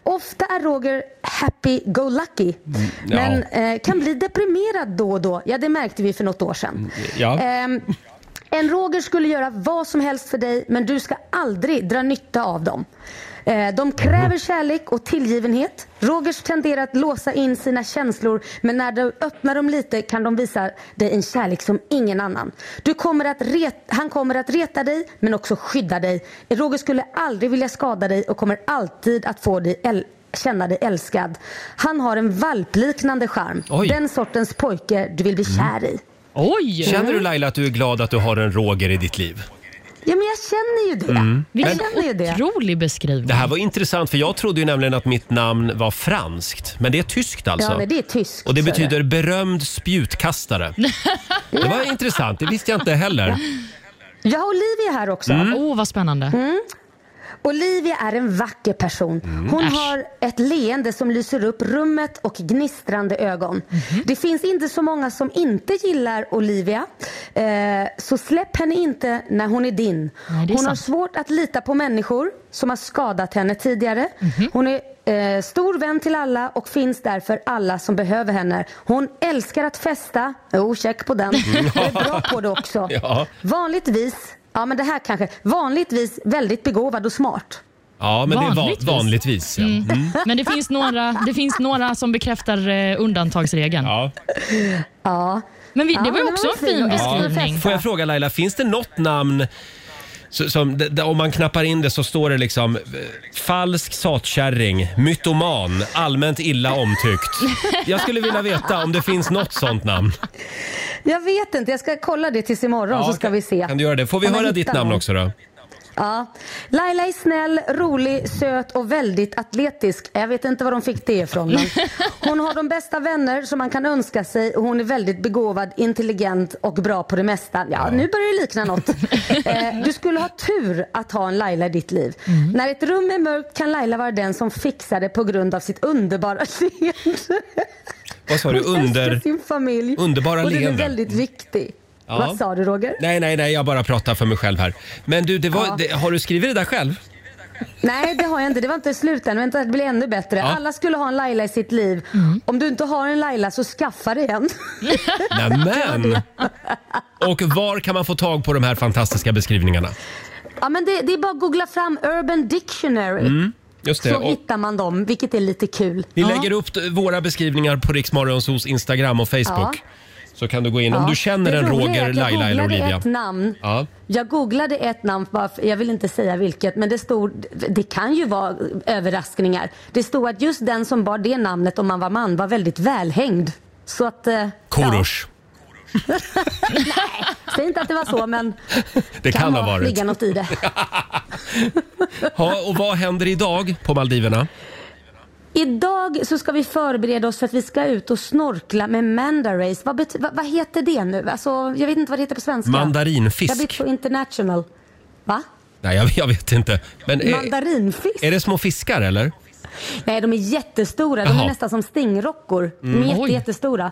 N: Ofta är Roger happy-go-lucky.
O: Mm, ja.
N: Men eh, kan bli deprimerad då och då. Ja, det märkte vi för något år sedan.
O: ja.
N: Ehm, en Roger skulle göra vad som helst för dig, men du ska aldrig dra nytta av dem. Eh, De kräver kärlek och tillgivenhet. Rogers tenderar att låsa in sina känslor, men när du öppnar dem lite kan de visa dig en kärlek som ingen annan. Du kommer att ret- han kommer att reta dig, men också skydda dig. Roger skulle aldrig vilja skada dig och kommer alltid att få dig äl- känna dig älskad. Han har en valpliknande charm.
A: Oj.
N: Den sortens pojke du vill bli kär i.
B: Oj!
A: Känner du Laila att du är glad att du har en Roger i ditt liv?
N: Ja, men jag känner ju det.
A: Mm.
N: Jag
A: Men-
N: känner ju det.
B: Otrolig beskrivning.
A: Det här var intressant för jag trodde ju nämligen att mitt namn var franskt, men det är tyskt alltså.
N: Ja, men det är tyskt.
A: Och det
N: så är
A: betyder berömd spjutkastare. Det var intressant, det visste jag inte heller.
N: Jag har Olivia här också.
A: Mm.
B: Åh, vad spännande.
N: Mm. Olivia är en vacker person.
A: Mm.
N: Hon
B: Äsch.
N: har ett leende som lyser upp rummet och gnistrande ögon.
A: Mhm.
N: Det finns inte så många som inte gillar Olivia. Eh, så släpp henne inte när hon är din.
O: det är
N: hon har
O: sant.
N: svårt att lita på människor som har skadat henne tidigare.
A: Mhm.
N: Hon är eh, stor vän till alla och finns där för alla som behöver henne. Hon älskar att festa. Jo, check på den. Hon är bra på det också.
A: Ja.
N: Vanligtvis, ja men det här kanske, vanligtvis väldigt begåvad och smart.
A: Ja, men
B: Vanligtvis.
A: det är va- vanligtvis. Ja.
B: Mm.
A: Mm.
B: Men det finns, några, det finns några som bekräftar eh, undantagsregeln.
A: Ja.
N: Ja.
B: Men vi,
N: Ja,
B: det var ju
N: men
B: också
N: det
B: en
N: var fin.
B: fin
A: Ja.
B: beskrivning.
A: Får jag fråga Laila, finns det något namn så- som, d- d- om man knappar in det så står det liksom eh, falsk satkärring, mytoman, allmänt illa omtyckt. Jag skulle vilja veta om det finns något sånt namn.
N: Jag vet inte, jag ska kolla det tills imorgon
A: Ja,
N: så ska vi se.
A: Kan du göra det? Får vi
N: Om jag
A: höra ditt
N: hittar
A: namn
N: någon.
A: också då?
N: Ja. Laila är snäll, rolig, söt och väldigt atletisk. Jag vet inte var de fick det ifrån. Men hon har de bästa vänner som man kan önska sig och hon är väldigt begåvad, intelligent och bra på det mesta. Ja, nu börjar det likna något. Eh, du skulle ha tur att ha en Laila i ditt liv.
A: Mm.
N: När ett rum är mörkt kan Laila vara den som fixar det på grund av sitt underbara leende.
A: Vad sa du?
N: Hon älskar
A: Under...
N: sin familj.
A: underbara
N: och den är
A: leenden.
N: väldigt viktig.
A: Ja.
N: Vad sa du Roger?
A: Nej, nej, nej, jag bara pratar för mig själv här. Men du, det var,
N: Ja.
A: det, har du skrivit det där själv?
N: Nej, det har jag inte. Det var inte slut än. Vänta, det blir ännu bättre.
A: Ja. Mm.
N: Alla skulle ha en Laila i sitt liv. Om du inte har en Laila så skaffa dig en.
A: Nämen! Och var kan man få tag på de här fantastiska beskrivningarna?
N: ja, men det, det är bara att googla fram Urban Dictionary.
A: Mm, just det.
N: Så
A: Och
N: hittar man dem, vilket är lite kul.
A: vi lägger upp t- våra beskrivningar på Riksmorgonsos Instagram och Facebook.
N: Ja.
A: Så kan du gå in om
N: Ja.
A: du känner
N: Det
A: en
N: roliga är
A: Roger,
N: att
A: Laila eller
N: Jag googlade
A: Olivia.
N: ett namn.
A: Ja.
N: Jag googlade ett namn, bara för- jag vill inte säga vilket, men det stod, det kan ju vara överraskningar. Det stod att just den som bar det namnet om man var man var väldigt välhängd. Så att... eh,
A: Korosh.
N: Säg inte att det var så, men
A: Det kan, ha varit.
N: ligga något i det.
A: Ja, och vad händer idag på Maldiverna?
N: Idag så ska vi förbereda oss för att vi ska ut och snorkla med mandarace. Vad, bet- vad, vad heter det nu? Alltså, jag vet inte vad det heter på svenska.
A: Mandarinfisk.
N: Jag blir på international. Va?
A: Nej, jag, jag vet inte. Men är,
N: Mandarinfisk?
A: är det små fiskar eller?
N: Nej, de är jättestora. De
A: Jaha.
N: är nästan som stingrockor. De är
A: Mm.
N: jätte,
A: Oj.
N: jättestora.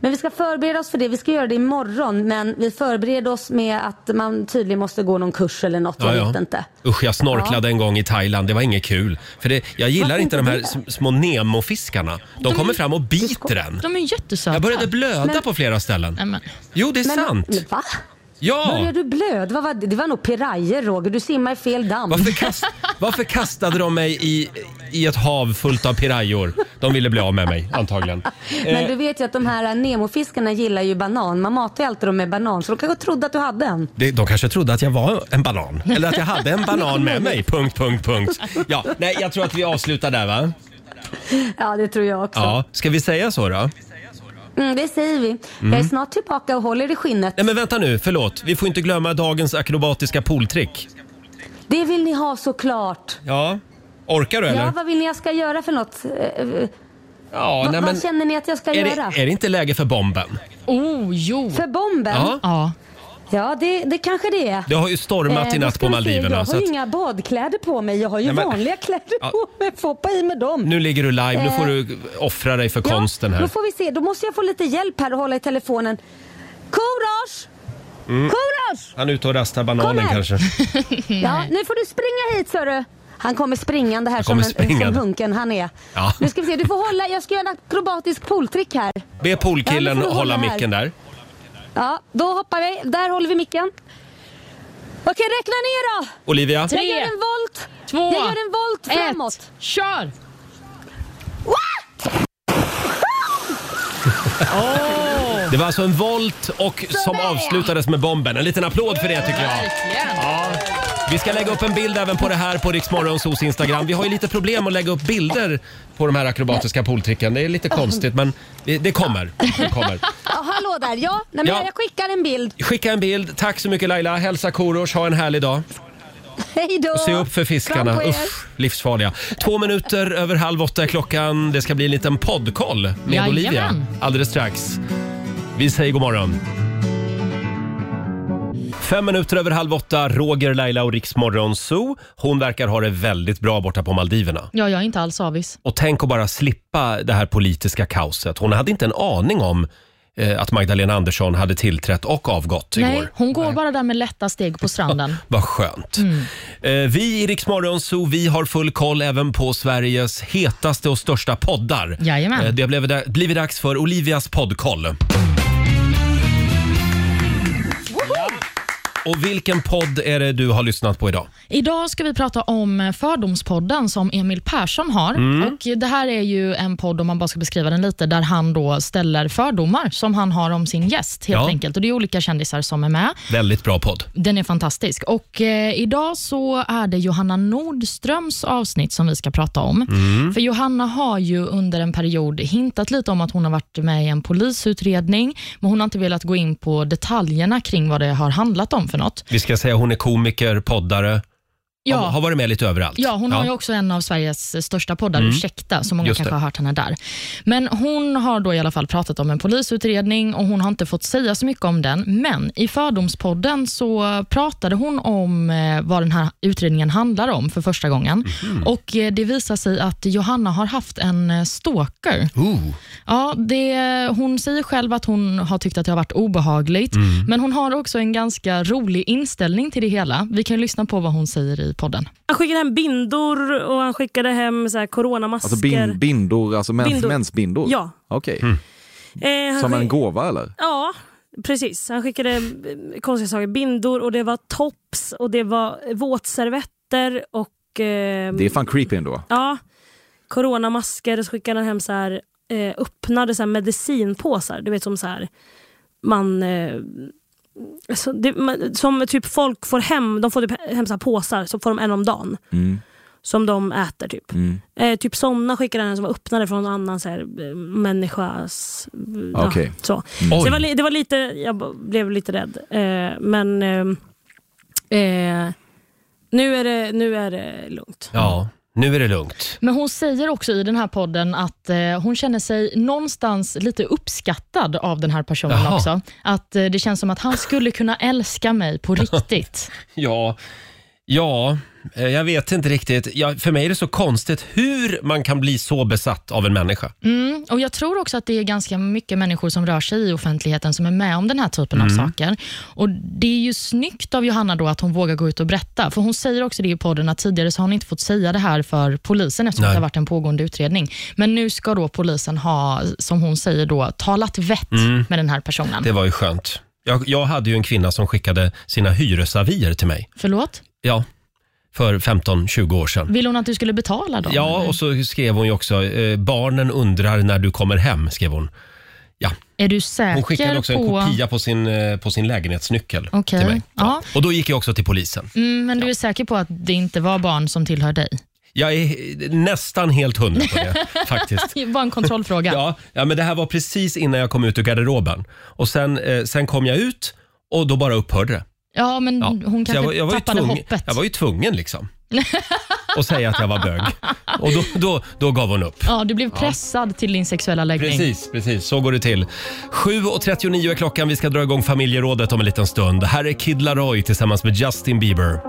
N: Men vi ska förbereda oss för det. Vi ska göra det imorgon. Men vi förbereder oss med att man tydligen måste gå någon kurs eller något. jag vet inte.
A: Usch, jag snorklade
N: Ja.
A: en gång i Thailand. Det var inget kul. För det, jag gillar
N: Varför
A: inte de
N: inte
A: här
N: det?
A: sm- små Nemo-fiskarna. De,
B: De-
A: kommer fram och biter en.
B: De är jättesöta.
A: Jag började blöda
N: Men-
A: på flera ställen.
B: Nej, men.
A: Jo, det är sant.
N: Men, va?
A: Ja!
N: Börjar du blöd? Vad var det? det var nog pirajer, Roger. Du simmar i fel damm.
A: Varför, kast, varför kastade de mig i, i ett hav fullt av pirajor? De ville bli av med mig, antagligen.
N: Men
A: Eh,
N: du vet ju att de här Nemofiskarna gillar ju banan. Man matar ju alltid dem med banan, så de kanske trodde att du hade en.
A: det, de kanske trodde att jag var en banan. Eller att jag hade en banan med mig. Punkt, punkt, punkt. Ja, nej, jag tror att vi avslutar där, va?
N: Ja, det tror jag också.
A: Ja. Ska vi säga så då?
N: Mm, det säger vi. Jag är
A: Mm.
N: snart tillbaka och håller i skinnet.
A: Nej men vänta nu, förlåt. Vi får inte glömma dagens akrobatiska pooltrick.
N: Det vill ni ha såklart.
A: Ja. Orkar du eller?
N: Ja, vad vill ni jag ska göra för något? Eh, eh,
A: Ja,
N: vad,
A: nej, men
N: vad känner ni att jag ska
A: är,
N: göra?
A: det, är det inte läge för bomben?
N: Oh, jo. För bomben?
A: Ja.
N: Ja, ja det, det kanske det är.
A: Det har ju stormat i
N: då
A: natt
N: Eh, ska
A: på
N: vi se,
A: Maldiverna,
N: Jag
A: så
N: har ju
A: att-
N: inga badkläder på mig. Jag har ju
A: Nej, men-
N: vanliga kläder
A: Ja.
N: på mig. Får hoppa i med dem.
A: Nu ligger du live, nu
N: Eh,
A: får du offra dig för konsten
N: Då
A: här.
N: får vi se. Då måste jag få lite hjälp här och hålla i telefonen. Korosh!
A: Mm.
N: Korosh!
A: Han är ute och rastar bananen
N: här.
A: kanske.
N: Ja, nu får du springa hit, sörru. Han kommer springande här
A: kommer
N: som, en, som
A: springande.
N: hunken han är.
A: Ja.
N: Nu ska vi se, du får hålla, jag ska göra en akrobatisk pooltrick här.
A: Be
N: Ja,
A: poolkillen
N: nu får du
A: hålla
N: hålla här.
A: micken där.
N: Ja, då hoppar vi. Där håller vi micken. Okej, räkna ner då!
A: Olivia?
N: jag gör en volt.
B: två,
N: jag gör en volt
B: ett.
N: framåt.
B: Kör!
A: Det var alltså en volt och som avslutades med bomben. En liten applåd för det tycker jag. Ja. Vi ska lägga upp en bild även på det här på Riksmorgonsos Instagram. Vi har ju lite problem att lägga upp bilder på de här akrobatiska pooltricken. Det är lite konstigt men det det kommer. Det kommer.
N: Ja, hallå där. Ja, nej, men
A: Ja.
N: jag skickar en bild.
A: Skicka en bild. Tack så mycket Laila. Hälsa Korosh. Ha en härlig dag.
N: Hej då!
A: Se upp för
N: Kram
A: fiskarna.
N: på er.
A: Usch, livsfarliga. Två minuter över halv åtta är klockan. Det ska bli en liten poddkoll med
B: Jajamän.
A: Olivia alldeles strax. Vi säger god morgon. Fem minuter över halv åtta, Roger, Laila och Riksmorgon Zoo. Hon verkar ha det väldigt bra borta på Maldiverna.
B: Ja, jag är inte alls avis.
A: Och tänk att bara slippa det här politiska kaoset. Hon hade inte en aning om eh, att Magdalena Andersson hade tillträtt och avgått
B: Nej,
A: igår.
B: hon går bara där med lätta steg på stranden.
A: Vad skönt.
B: Mm.
A: Eh, Vi i Rix Morgon Zoo, vi har full koll även på Sveriges hetaste och största poddar.
B: Jajamän.
A: Eh, Det har blivit da- blivit dags för Olivias poddkoll. Ja. Och vilken podd är det du har lyssnat på idag?
B: Idag ska vi prata om eh, Fördomspodden som Emil Persson har.
A: Mm.
B: Och det här är ju en podd, om man bara ska beskriva den lite, där han då ställer fördomar som han har om sin gäst. helt
A: Ja.
B: enkelt. Och Det är olika kändisar som är med.
A: Väldigt bra podd.
B: Den är fantastisk. Och eh, Idag så är det Johanna Nordströms avsnitt som vi ska prata om.
G: Mm.
B: För Johanna har ju under en period hintat lite om att hon har varit med i en polisutredning, men hon har inte velat gå in på detaljerna kring vad det har handlat om för något.
A: Vi ska säga hon är komiker, poddare,
B: Ja.
A: har, har varit med lite överallt.
B: Ja, hon har ju också en av Sveriges största poddar,
A: Mm.
B: Ursäkta, så många
A: Just
B: kanske
A: det.
B: har hört henne där. Men hon har då i alla fall pratat om en polisutredning och hon har inte fått säga så mycket om den. Men i Fördomspodden så pratade hon om eh, vad den här utredningen handlar om för första gången.
A: Mhm.
B: Och eh, Det visar sig att Johanna har haft en eh, stalker. Ja, det, hon säger själv att hon har tyckt att det har varit obehagligt,
G: Mm.
B: men hon har också en ganska rolig inställning till det hela. Vi kan ju lyssna på vad hon säger i podden.
O: Han skickade hem bindor och han skickade hem så här coronamasker.
P: Alltså bin, bindor, alltså mens,
O: Bindor.
P: mensbindor?
O: Ja.
P: Okej.
O: Eh, han
P: Som
O: skick-
P: en gåva eller?
O: Ja, precis. Han skickade eh, konstiga saker. Bindor och det var tops och det var eh, våtservetter och... eh,
P: Det är fan creepy ändå.
O: Ja. Coronamasker och så skickade han hem så här, eh, öppnade så här medicinpåsar. Du vet som så här, man... Eh, så det, man som typ folk får hem, de får typ hem så här påsar, så får de en om dagen. som de äter typ.
P: Mm.
O: Eh, typ sådana skickade han som var öppnade från någon annan så här, eh, människas...
P: Okej.
O: Ja, så.
P: Mm.
O: så det, var,
P: Oj.
O: li- det var lite, jag b- blev lite rädd. Eh, men eh, eh, nu, är det, nu är det lugnt.
A: Ja, nu är det lugnt.
B: Men hon säger också i den här podden att eh, hon känner sig någonstans lite uppskattad av den här personen
A: Jaha.
B: också. Att eh, det känns som att han skulle kunna älska mig på riktigt.
A: Ja, ja, eh, jag vet inte riktigt. Ja, för mig är det så konstigt hur man kan bli så besatt av en människa.
B: Mm, och Jag tror också att det är ganska mycket människor som rör sig i offentligheten som är med om den här typen av
A: Mm.
B: saker. Och Det är ju snyggt av Johanna då att hon vågar gå ut och berätta. För Hon säger också det i podden att tidigare så har hon inte fått säga det här för polisen eftersom
A: Nej.
B: det har varit en pågående utredning. Men nu ska då polisen ha, som hon säger, då, talat vett
A: Mm.
B: med den här personen.
A: Det var ju skönt. Jag, jag hade ju en kvinna som skickade sina hyresavier till mig.
B: Förlåt?
A: Ja, för 15-20 år sedan.
B: Vill hon att du skulle betala dem?
A: Ja, och så skrev hon ju också, eh, barnen undrar när du kommer hem, skrev hon. Ja,
B: Är du säker
A: hon skickade också
B: på...
A: en kopia på sin, eh, på sin lägenhetsnyckel
B: Okej.
A: till mig.
B: Ja.
A: Och då gick jag också till polisen.
B: Mm, men du är säker på att det inte var barn som tillhör dig?
A: Jag är eh, nästan helt hundra på det faktiskt.
B: Bara en kontrollfråga.
A: Ja, ja, men det här var precis innan jag kom ut ur garderoben. Och sen, eh, sen kom jag ut och då bara upphörde det.
B: Ja, men
A: Ja.
B: hon
A: Så
B: kanske
A: var- var ju
B: tappade
A: tvungen-
B: hoppet.
A: Jag var ju tvungen liksom. att säga att jag var bög. Och då, då, då gav hon upp.
B: Ja, du blev
A: Ja.
B: pressad till din sexuella läggning.
A: Precis, precis. Så går det till. 7.39 är klockan. Vi ska dra igång familjerådet om en liten stund. Här är Kid Laroi tillsammans med Justin Bieber.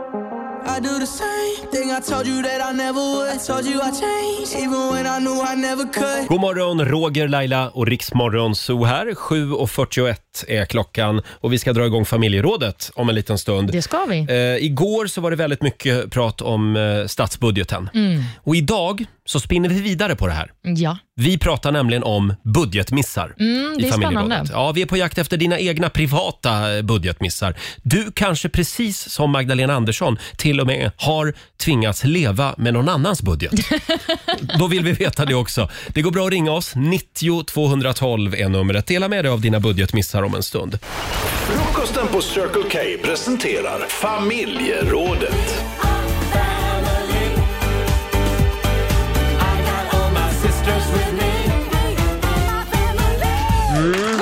Q: I do the same thing I told you that I never would. I told you I changed, even when I knew I never could.
A: God morgon, Roger, Laila och Riksmorgon Zoo här. 7.41 är klockan och vi ska dra igång familjerådet om en liten stund.
B: Det ska vi.
A: Eh, igår så var det väldigt mycket prat om eh, statsbudgeten.
B: Mm.
A: Och idag så spinner vi vidare på det här.
B: Ja.
A: Vi pratar nämligen om budgetmissar
B: Mm, det
A: i
B: är
A: familjerådet.
B: spännande.
A: Ja, vi är på jakt efter dina egna privata eh, budgetmissar. Du kanske precis som Magdalena Andersson till och med har tvingats leva med någon annans budget. Då vill vi veta det också. Det går bra att ringa oss. 90 212 är numret. Dela med dig av dina budgetmissar om en stund.
C: Frukosten på Circle K presenterar familjerådet.
J: Mm.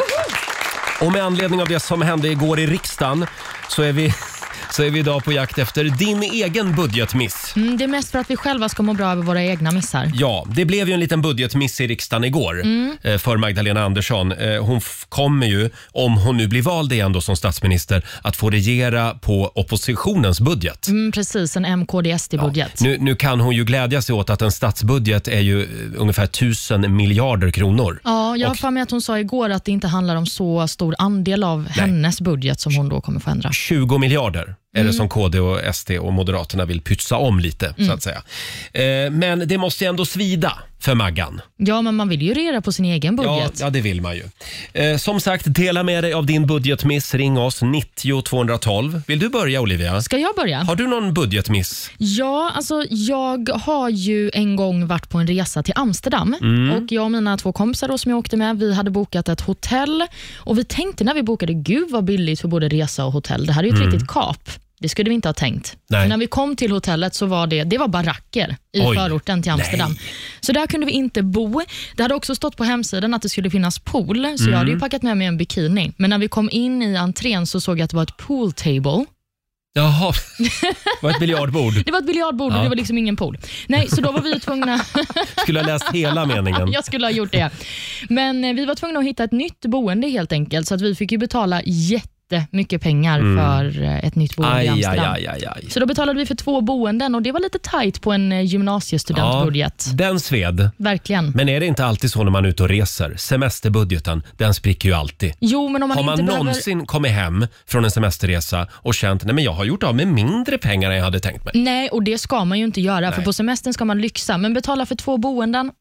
A: Och med anledning av det som hände igår i riksdagen så är vi, så är vi idag på jakt efter din egen budgetmiss.
B: Mm, det är mest för att vi själva ska må bra över våra egna missar.
A: Ja, det blev ju en liten budgetmiss i riksdagen igår
B: Mm.
A: eh, för Magdalena Andersson. Eh, Hon f- kommer ju, om hon nu blir vald igen då som statsminister, att få regera på oppositionens budget.
B: Mm, precis, en MKD-SD-budget.
A: Nu, nu kan hon ju glädja sig åt att en statsbudget är ju eh, ungefär 1000 miljarder kronor.
B: Ja, jag har för mig att hon sa igår att det inte handlar om så stor andel av hennes budget som hon då kommer få ändra.
A: 20 miljarder är det
B: Mm.
A: som KD och SD och Moderaterna vill pytsa om lite, så
B: Mm.
A: att säga. Eh, Men det måste ju ändå svida för Maggan.
B: Ja, men man vill ju regera på sin egen
A: Ja,
B: budget.
A: ja, det vill man ju. Eh, som sagt, dela med dig av din budgetmiss. Ring oss, 90 212. Vill du börja, Olivia?
B: Ska jag börja?
A: Har du någon budgetmiss?
B: Ja, alltså jag har ju en gång varit på en resa till Amsterdam.
A: Mm.
B: Och Jag och mina två kompisar då, som jag åkte med, vi hade bokat ett hotell. Och Vi tänkte när vi bokade, gud vad billigt för både resa och hotell. Det här är ju ett
A: Mm.
B: riktigt kap. Det skulle vi inte ha tänkt.
A: Nej.
B: Men när vi kom till hotellet så var det, det var baracker i
A: Oj.
B: förorten till Amsterdam.
A: Nej.
B: Så där kunde vi inte bo. Det hade också stått på hemsidan att det skulle finnas pool, så
A: Mm.
B: jag hade ju packat med mig en bikini. Men när vi kom in i entrén så såg jag att det var ett pool table.
A: Jaha, var ett biljardbord.
B: Det var ett biljardbord
A: Ja.
B: och det var liksom ingen pool. Nej, så då var vi ju tvungna...
A: Skulle ha läst hela meningen.
B: Jag skulle ha gjort det. Men eh, vi var tvungna att hitta ett nytt boende helt enkelt, så att vi fick ju betala jättemycket pengar
A: Mm.
B: för eh, ett nytt boende i
A: Aj, aj,
B: Amsterdam.
A: aj, aj, aj.
B: Så då betalade vi för två boenden och det var lite tajt på en eh, gymnasiestudentbudget.
A: den sved.
B: Verkligen.
A: Men är det inte alltid så när man är ute och reser? Semesterbudgeten, den spricker ju alltid.
B: Jo, men om man
A: har man
B: inte
A: någonsin kommit hem från en semesterresa och känt nej men jag har gjort av med mindre pengar än jag hade tänkt mig?
B: behöver... Nej, och det ska man ju inte göra, för
A: Nej.
B: på semestern ska man lyxa. Men betala för två boenden, mm,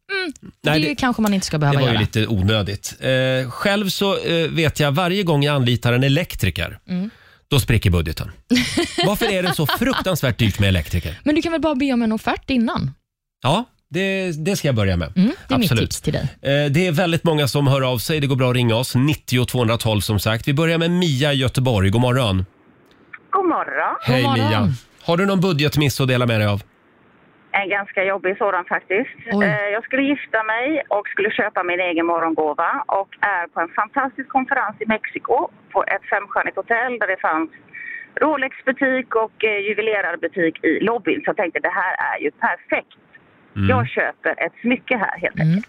A: Nej,
B: det,
A: det-
B: kanske man inte ska behöva
A: det var
B: göra.
A: ju lite onödigt. Eh, själv så eh, vet jag varje gång jag anlitar en elektriker,
B: Mm.
A: då spricker budgeten. Varför är det så fruktansvärt dyrt med elektriker?
B: Men du kan väl bara be om en offert innan?
A: Ja, det, det ska jag börja med.
B: Mm, Det är
A: Absolut.
B: mitt tips till dig.
A: Eh, Det är väldigt många som hör av sig. Det går bra att ringa oss. 90 212 som sagt. Vi börjar med Mia i Göteborg. God morgon.
R: God morgon.
A: Hej Mia. Har du någon budgetmiss att dela med dig av?
R: En ganska jobbig sådan faktiskt. Eh, Jag skulle gifta mig och skulle köpa min egen morgongåva och är på en fantastisk konferens i Mexiko på ett femstjärnigt hotell där det fanns Rolex-butik och eh, juvelerarbutik i lobbyn. Så jag tänkte det här är ju perfekt.
L: Mm.
R: Jag köper ett smycke här helt enkelt.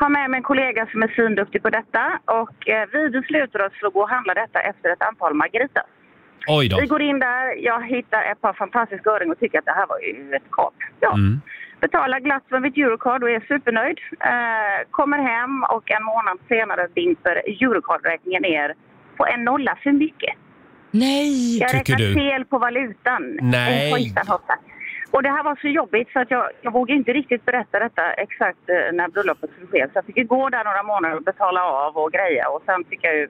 R: Har med mig en kollega som är svinduktig på detta och eh, vi beslutar oss för att gå och handla detta efter ett antal margaritas.
A: Oj då.
R: Vi går in där, jag hittar ett par fantastiska öringar och tycker att det här var ju ett kap. Ja.
A: Mm.
R: Betalar glatt med mitt Eurocard och är supernöjd. Eh, kommer hem och en månad senare dimper Eurocard-räkningen ner på en nolla för mycket.
B: Nej!
R: Jag
A: Tycker
R: räknar
A: du?
R: fel på valutan.
A: Nej.
R: En skjortan har sagt. Och det här var så jobbigt så att jag, jag vågade inte riktigt berätta detta exakt eh, när bröllopet skulle ske. Så jag fick ju gå där några månader och betala av och greja och sen fick jag ju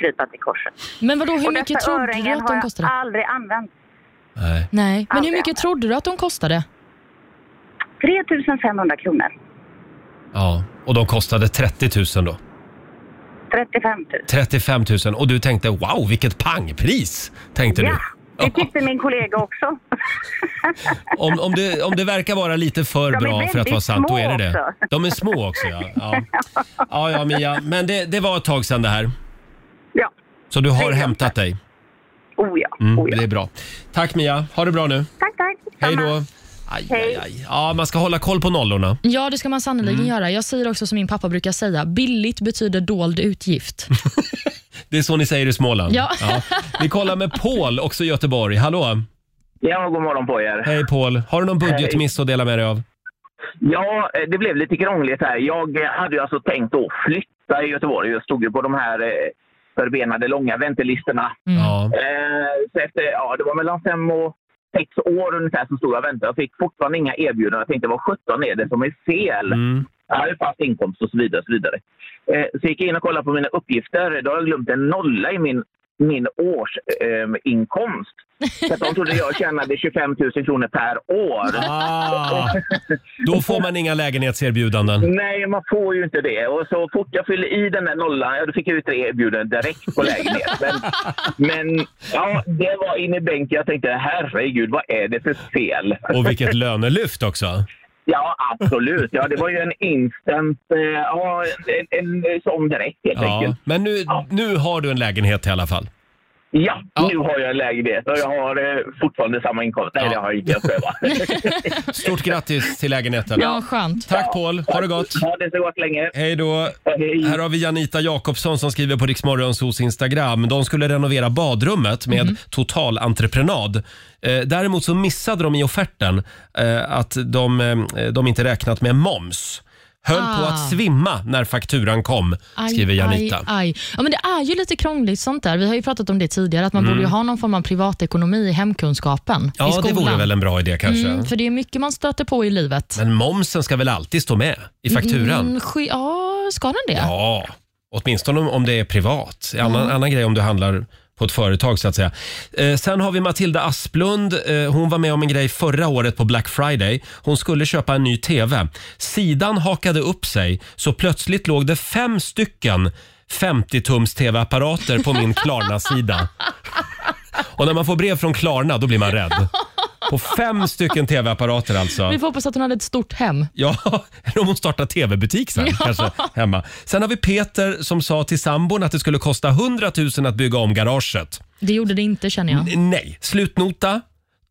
R: krypa till korset.
B: Men vadå, hur
R: Och
B: mycket
R: dessa
B: trodde du
R: öringar
B: att de kostade?
R: har jag aldrig använt.
B: Nej, men hur
R: Aldrig
B: mycket trodde du att de kostade?
R: 3 500 kronor.
A: Ja, och de kostade 30 000 då.
R: 35 000.
A: 35 000 och du tänkte wow vilket pangpris! Tänkte
R: ja,
A: du.
R: det tyckte min kollega också.
A: Om, om, det, om det verkar vara lite för
R: De är
A: bra för att
R: väldigt
A: vara sant, då är det
R: små
A: det.
R: också.
A: De är små också ja. Ja, ja, ja Mia, men det, det var ett tag sedan det här.
R: Ja.
A: Så du har hämtat dig?
R: Oh ja.
A: Mm, Det är bra. Tack Mia, ha det bra nu.
R: Tack, tack.
A: Hej då. Aj, aj, aj. Ja, man ska hålla koll på nollorna.
B: Ja, det ska man sannoliken
A: Mm.
B: göra. Jag säger också som min pappa brukar säga, billigt betyder dold utgift.
A: Det är så ni säger i Småland.
B: Ja.
A: Vi kollar med Paul, också i Göteborg. Hallå!
S: Ja, god morgon på er.
A: Hej Paul! Har du någon budgetmiss att dela med dig av?
S: Ja, eh, det blev lite krångligt här. Jag eh, hade ju alltså tänkt att flytta i Göteborg. Jag stod ju på de här eh, förbenade långa väntelistorna.
B: Mm.
A: Ja.
S: Eh, Så efter, ja, det var mellan fem och sex år ungefär som stod jag och väntade. Jag fick fortfarande inga erbjudanden. Jag tänkte vad sjutton är det som är fel?
A: Mm.
S: Jag hade fast inkomst och så vidare. Och så vidare. Eh, Så gick jag in och kollade på mina uppgifter. Då har jag glömt en nolla i min, min årsinkomst. Så att de trodde jag tjänade 25 000 kronor per år.
A: Ah. Då får man inga lägenhetserbjudanden.
S: Nej, man får ju inte det. Och så fort jag fyllde i den där nollan, ja, då fick jag ut tre erbjudanden direkt på lägenhet. Men, men ja, det var in i bänken. Jag tänkte, herregud, vad är det för fel?
A: Och vilket lönelyft också.
S: Ja, absolut. Ja, det var ju en instant, eh, ja, en, en, en sån direkt helt
A: Ja.
S: enkelt.
A: Men nu, nu har du en lägenhet i alla fall.
S: Ja, nu har jag en lägenhet och jag har eh, fortfarande samma inkomst. Nej, det har jag inte. Jag skojar bara.
A: Stort grattis till lägenheten.
S: Ja,
B: skönt.
A: Tack Paul, ha det gott.
S: Ha det så gott länge.
A: Hej då. Här har vi Anita Jakobsson som skriver på Riksmorgonsos Instagram. De skulle renovera badrummet med
B: Mhm.
A: total entreprenad. Eh, däremot så missade de i offerten eh, att de, eh, de inte räknat med moms. Höll på
B: Ah.
A: att svimma när fakturan kom, skriver Janita.
B: Aj, aj. Ja, men det är ju lite krångligt sånt där. Vi har ju pratat om det tidigare, att man
A: Mm.
B: borde ju ha någon form av privatekonomi i hemkunskapen i
A: Ja,
B: skolan.
A: det vore väl en bra idé kanske.
B: Mm, för det är mycket man stöter på i livet.
A: Men momsen ska väl alltid stå med i fakturan?
B: Mm, sky- ja, ska den det?
A: Ja, åtminstone om, om det är privat. En annan, annan grej om du handlar på ett företag så att säga. Eh, sen har vi Matilda Asplund. Eh, hon var med om en grej förra året på Black Friday. Hon skulle köpa en ny TV. Sidan hakade upp sig så plötsligt låg det fem stycken 50-tums TV-apparater på min Klarna-sida. Och när man får brev från Klarna då blir man rädd. På fem stycken TV-apparater alltså.
B: Vi får hoppas att hon hade ett stort hem.
A: Ja, eller om hon startar tv-butik sen
B: Ja.
A: kanske hemma. Sen har vi Peter som sa till sambon att det skulle kosta 100 000 att bygga om garaget.
B: Det gjorde det inte känner jag.
A: N- nej, slutnota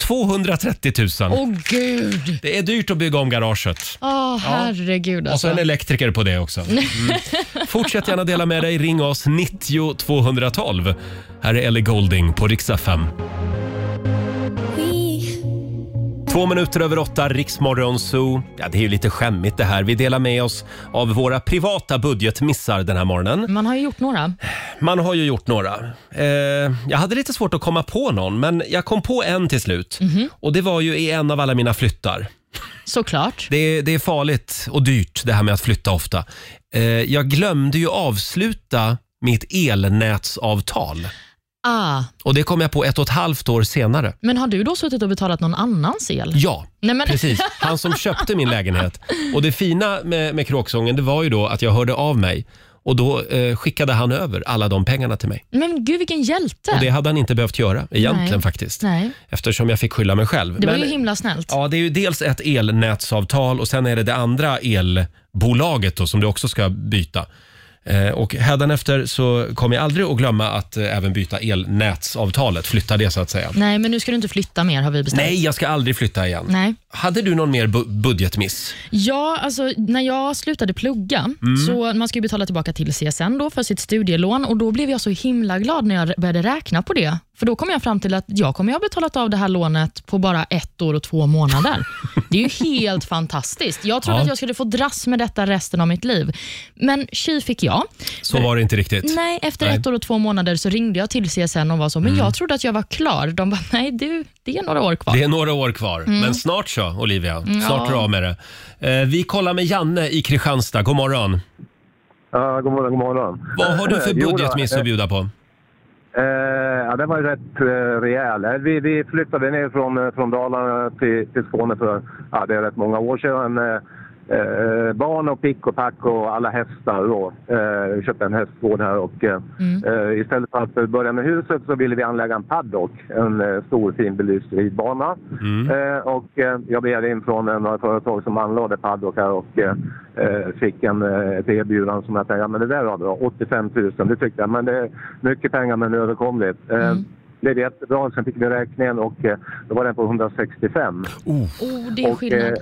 A: 230 000.
B: Åh gud!
A: Det är dyrt att bygga om garaget.
B: Åh herregud
A: Och så
B: alltså.
A: en elektriker på det också. Mm. Fortsätt gärna dela med dig. Ring oss 90 212. Här är Ellie Golding på riksdag 5.
T: Mm.
A: Två minuter över åtta, Riksmorgon Zoo. Ja, det är ju lite skämmigt det här. Vi delar med oss av våra privata budgetmissar den här morgonen.
B: Man har ju gjort några.
A: Man har ju gjort några. Eh, jag hade lite svårt att komma på någon, men jag kom på en till slut. Och det var ju i en av alla mina flyttar.
B: Såklart.
A: Det är, det är farligt och dyrt det här med att flytta ofta. Eh, jag glömde ju avsluta mitt elnätsavtal.
B: Ah.
A: Och det kom jag på ett och ett halvt år senare.
B: Men har du då suttit och betalat någon annans el?
A: Ja,
B: Nej, men-
A: precis. Han som köpte min lägenhet. Och det fina med, med kråksången det var ju då att jag hörde av mig Och då eh, skickade han över alla de pengarna till mig.
B: Men gud vilken hjälte.
A: Och det hade han inte behövt göra egentligen
B: Nej.
A: faktiskt.
B: Nej.
A: Eftersom jag fick skylla mig själv.
B: Det var
A: Men-
B: ju himla snällt.
A: Ja, det är ju dels ett elnätsavtal och sen är det det andra elbolaget då, som du också ska byta. Eh, och hädanefter så kommer jag aldrig att glömma att eh, även byta elnätsavtalet, flytta det så att säga.
B: Nej, men nu ska du inte flytta mer har vi bestämt.
A: Nej, jag ska aldrig flytta igen.
B: Nej.
A: Hade du någon mer bu- budgetmiss?
B: Ja, alltså när jag slutade plugga,
A: Mm.
B: så man ska ju betala tillbaka till CSN då för sitt studielån och då blev jag så himla glad när jag började räkna på det. För då kom jag fram till att jag kommer ju ha betalat av det här lånet på bara ett år och två månader. Det är ju helt fantastiskt. Jag trodde
A: Ja.
B: att jag skulle få dras med detta resten av mitt liv. Men tji fick jag.
A: Så var det inte riktigt.
B: Nej, efter ett år och två månader så ringde jag till CSN och var så, men
A: Mm.
B: jag trodde att jag var klar. De bara, nej du, det är några år kvar.
A: Det är några år kvar,
B: Mm.
A: men snart så, Olivia.
B: Mm.
A: Snart
B: Ja.
A: drar av med det. Eh, vi kollar med Janne i Kristianstad. God morgon.
U: Ja, god morgon, god morgon.
A: Vad har du för
U: Jo då,
A: budgetmiss att
U: eh,
A: bjuda på?
U: Eh, ja, det var ju rätt eh, rejäl. Eh, Vi, vi flyttade ner från, eh, från Dalarna till, till Skåne för ja, det är rätt många år sedan. Eh, eh, barn och pick och pack och alla hästar. Då. Eh, vi köpte en hästgård här och eh, eh, istället för att börja med huset så ville vi anlägga en paddock, en eh, stor fin belyst ridbana. Eh, och eh, jag begärde in från eh, några företag som anlade paddockar och eh, eh, fick en, eh, ett erbjudande som jag tänkte, ja men det där var bra, 85 000, det tyckte jag, men det är mycket pengar men överkomligt. Eh,
B: Mm.
U: Blev jättebra, sen fick vi räkningen och eh, då var den på 165.
B: Oh, det är
U: Och,
B: skillnad.
U: eh,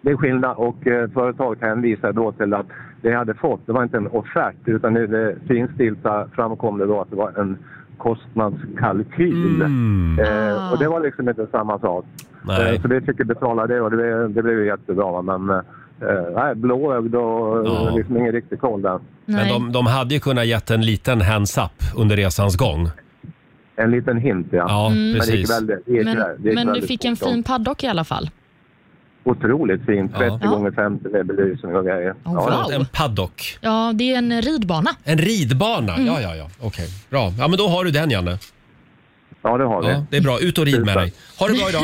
U: det är skillnad och eh, företaget hänvisar då till att det jag hade fått, det var inte en offert utan i det finstilta framkom det då att det var en kostnadskalkyl.
B: Mm.
U: Eh,
B: Ah.
U: och det var liksom inte samma sak.
A: Nej.
U: Eh, så vi fick betala det och det, blev- det blev ju jättebra. Men eh, nej, blåögd och
A: Ja.
U: eh, liksom ingen riktig koll där.
A: Men de, de hade ju kunnat gett en liten hands-up under resans gång.
U: En liten hint, ja.
A: Ja,
B: Mm.
U: Men det
A: precis.
U: gick väldigt, det gick
B: Men,
U: väldigt, det gick
B: men du
U: väldigt
B: fick en
U: fort.
B: fin paddock i alla fall.
U: Otroligt fint. 30
B: Ja.
U: gånger 50 med belysning och grejer.
B: Oh, wow.
A: En paddock.
B: Ja, det är en ridbana.
A: En ridbana?
B: Mm.
A: Ja, ja, ja. Okej, bra. Ja, men då har du den, Janne.
U: Ja, det har vi.
A: det är bra. Ut och rid med dig. Ha det bra idag.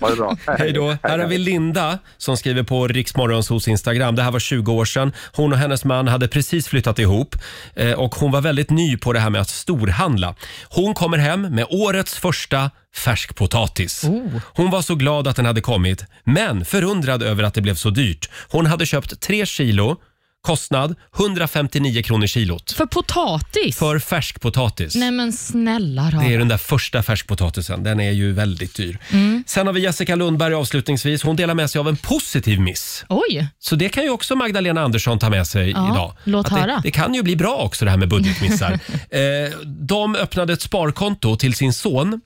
U: Ha det bra.
A: Hej då. Här har vi Linda som skriver på Riksmorgonsos Instagram. Det här var 20 år sedan. Hon och hennes man hade precis flyttat ihop eh, och hon var väldigt ny på det här med att storhandla. Hon kommer hem med årets första färskpotatis. Hon var så glad att den hade kommit, men förundrad över att det blev så dyrt. Hon hade köpt tre kilo, kostnad 159 kronor kilot.
B: För potatis?
A: För färskpotatis.
B: Nej men snälla då.
A: Det är den där första färskpotatisen. Den är ju väldigt dyr. Mm. Sen har vi Jessica Lundberg avslutningsvis. Hon delar med sig av en positiv miss.
B: Oj!
A: Så det kan ju också Magdalena Andersson ta med sig
B: Ja,
A: idag.
B: låt
A: det,
B: höra.
A: det kan ju bli bra också det här med budgetmissar. eh, de öppnade ett sparkonto till sin son.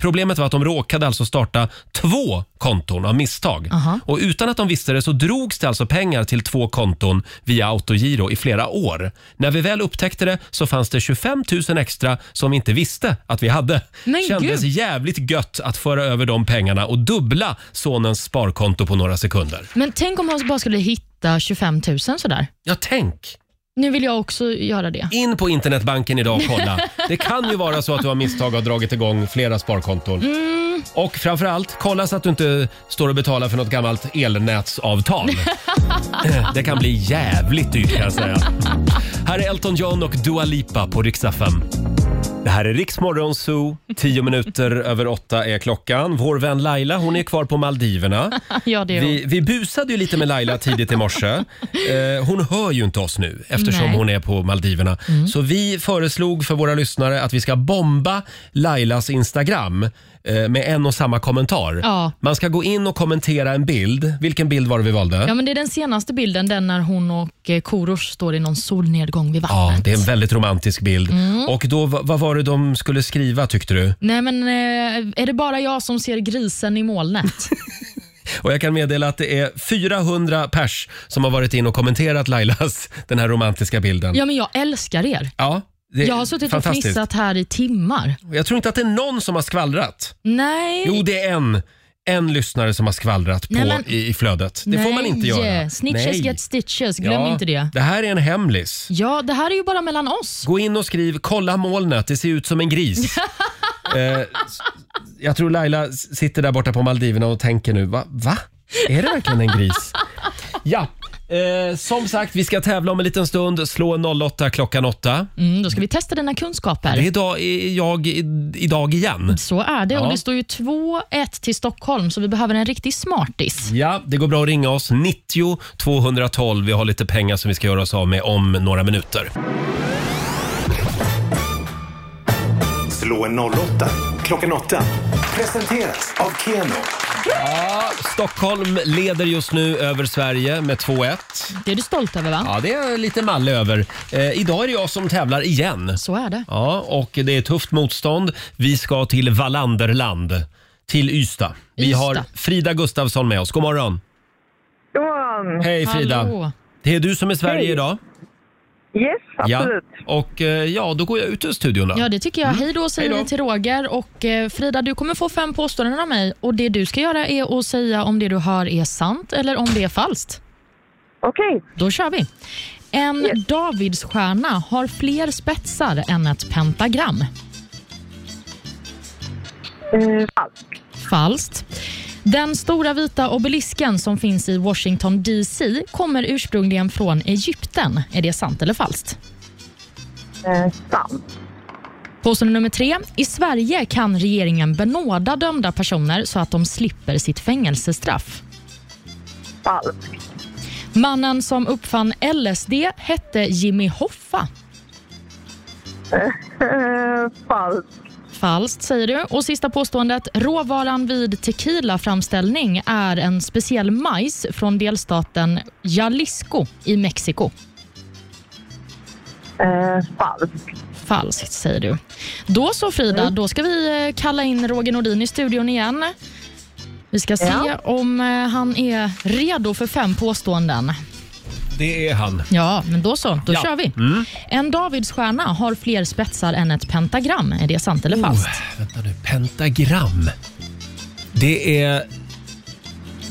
A: Problemet var att de råkade alltså starta två konton av misstag. Och utan att de visste det så drogs det alltså pengar till två konton via autogiro i flera år. När vi väl upptäckte det så fanns det 25 000 extra som vi inte visste att vi hade.
B: Men
A: Kändes
B: gud.
A: jävligt gött att föra över de pengarna och dubbla sonens sparkonto på några sekunder.
B: Men tänk om han bara skulle hitta 25 000 sådär.
A: Ja, tänk!
B: Nu vill jag också göra det.
A: In på internetbanken idag och kolla. Det kan ju vara så att du av misstag har dragit igång flera sparkonton. Och framförallt, kolla så att du inte står och betalar för något gammalt elnätsavtal. Eh, Det kan bli jävligt dyrt kan jag säga. Här är Elton John och Dua Lipa på riksdag Det här är Riksmorgon Zoo. Tio minuter över åtta är klockan. Vår vän Laila, hon är kvar på Maldiverna.
B: ja, det är
A: Vi, vi busade ju lite med Laila tidigt i morse. Eh, hon hör ju inte oss nu eftersom
B: Nej. Mm.
A: hon är på Maldiverna. Så vi föreslog för våra lyssnare att vi ska bomba Lailas Instagram eh, med en och samma kommentar.
B: Ja.
A: Man ska gå in och kommentera en bild. Vilken bild var det vi valde?
B: Ja, men det är den senaste bilden, den när hon och eh, Korosh står i någon solnedgång vid
A: Ja,
B: vattnet.
A: det är en väldigt romantisk bild.
B: Mm.
A: Och då, va- vad var det de skulle skriva tyckte du?
B: Nej, men eh, är det bara jag som ser grisen i molnet?
A: Och jag kan meddela att det är 400 pers som har varit in och kommenterat Lailas, den här romantiska bilden.
B: ja, men jag älskar er.
A: Ja, det är
B: jag har suttit och
A: fantastiskt.
B: fnissat här i timmar.
A: Jag tror inte att det är någon som har skvallrat.
B: Nej.
A: Jo, det är en. En lyssnare som har skvallrat på,
B: Nej, men-
A: i, i flödet. Det får man inte
B: Nej,
A: göra.
B: Snitches
A: Nej.
B: get stitches, glöm
A: Ja,
B: inte det.
A: Det här är en hemlis.
B: Ja, det här är ju bara mellan oss.
A: Gå in och skriv “Kolla molnet, det ser ut som en gris”. eh, s- jag tror Laila s- sitter där borta på Maldiverna och tänker nu, va? va? Är det verkligen en gris? Ja, Eh, som sagt, vi ska tävla om en liten stund. Slå en 08 klockan 8.
B: Mm, då ska vi testa dina kunskaper.
A: Det är idag, i- jag i- idag igen.
B: Så är det.
A: Ja.
B: Och det står ju 2-1 till Stockholm, så vi behöver en riktig smartis.
A: Ja, det går bra att ringa oss. 90 212. Vi har lite pengar som vi ska göra oss av med om några minuter.
C: Slå en 08 klockan 8. Presenteras av Keno.
A: Ja, Stockholm leder just nu över Sverige med 2-1.
B: Det är du stolt över, va?
A: Ja, det är jag lite mall över. Eh, idag är det jag som tävlar igen.
B: Så är det.
A: Ja, och det är tufft motstånd. Vi ska till Wallanderland, till Ystad. Vi
V: Ystad.
A: har Frida Gustafsson med oss. God morgon.
V: God morgon.
A: Hej Frida. Det är du som är Sverige
V: Hej.
A: idag.
V: Yes, absolut.
A: Ja. Och eh, ja, då går jag ut ur studion då.
B: Ja, det tycker jag. Hej då säger
A: Mm. Hej då.
B: vi till Roger. Och eh, Frida, du kommer få fem påståenden av mig. Och Det du ska göra är att säga om det du hör är sant eller om det är falskt.
V: Okej.
B: Då kör vi. En Davidsstjärna har fler spetsar än ett pentagram.
V: Eh, falskt.
B: Falskt. Den stora vita obelisken som finns i Washington DC kommer ursprungligen från Egypten. Är det sant eller falskt?
V: Eh, sant.
B: Påstående nummer tre. I Sverige kan regeringen benåda dömda personer så att de slipper sitt fängelsestraff.
V: Falskt.
B: Mannen som uppfann LSD hette Jimmy Hoffa.
V: falskt.
B: Falskt, säger du. Och sista påståendet. Råvaran vid tequilaframställning är en speciell majs från delstaten Jalisco i Mexiko.
V: Eh, falskt.
B: Falskt, säger du. Då så, Frida.
A: Mm.
B: Då ska vi eh, kalla in Roger Nordin i studion igen. Vi ska se
A: Ja.
B: om eh, han är redo för fem påståenden.
A: Det är han.
B: Ja, men då så. Då
A: Ja.
B: kör vi.
A: Mm.
B: En Davidsstjärna har fler spetsar än ett pentagram. Är det sant
A: Oh.
B: eller falskt?
A: Vänta nu, pentagram. Det är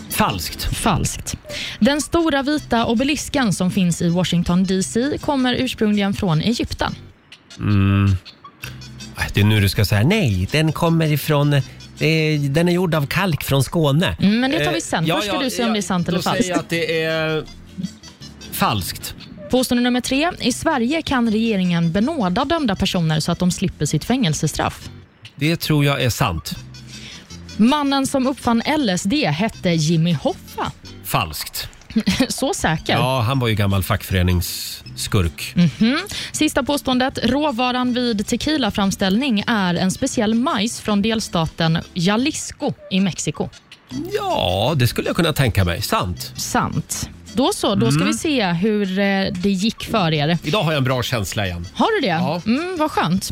A: falskt.
B: Falskt. Den stora vita obelisken som finns i Washington DC kommer ursprungligen från Egypten.
A: Mm. Äh, Det är nu du ska säga nej, den kommer ifrån... eh, Den är gjord av kalk från Skåne.
B: Mm, Men det tar vi
A: Eh,
B: sen.
A: ja,
B: Först ska
A: ja,
B: du säga om
A: ja,
B: det är sant
A: då
B: eller falskt.
A: säger jag att det är falskt.
B: Påstående nummer tre. I Sverige kan regeringen benåda dömda personer så att de slipper sitt fängelsestraff.
A: Det tror jag är sant.
B: Mannen som uppfann LSD hette Jimmy Hoffa.
A: Falskt.
B: Så säker?
A: Ja, han var ju gammal fackföreningsskurk.
B: Mhm. Sista påståendet. Råvaran vid tequilaframställning är en speciell majs från delstaten Jalisco i Mexiko.
A: Ja, det skulle jag kunna tänka mig. Sant.
B: Sant. Då så, då ska
A: Mm.
B: vi se hur eh, det gick för er.
A: Idag har jag en bra känsla igen.
B: Har du det? Mm, vad skönt.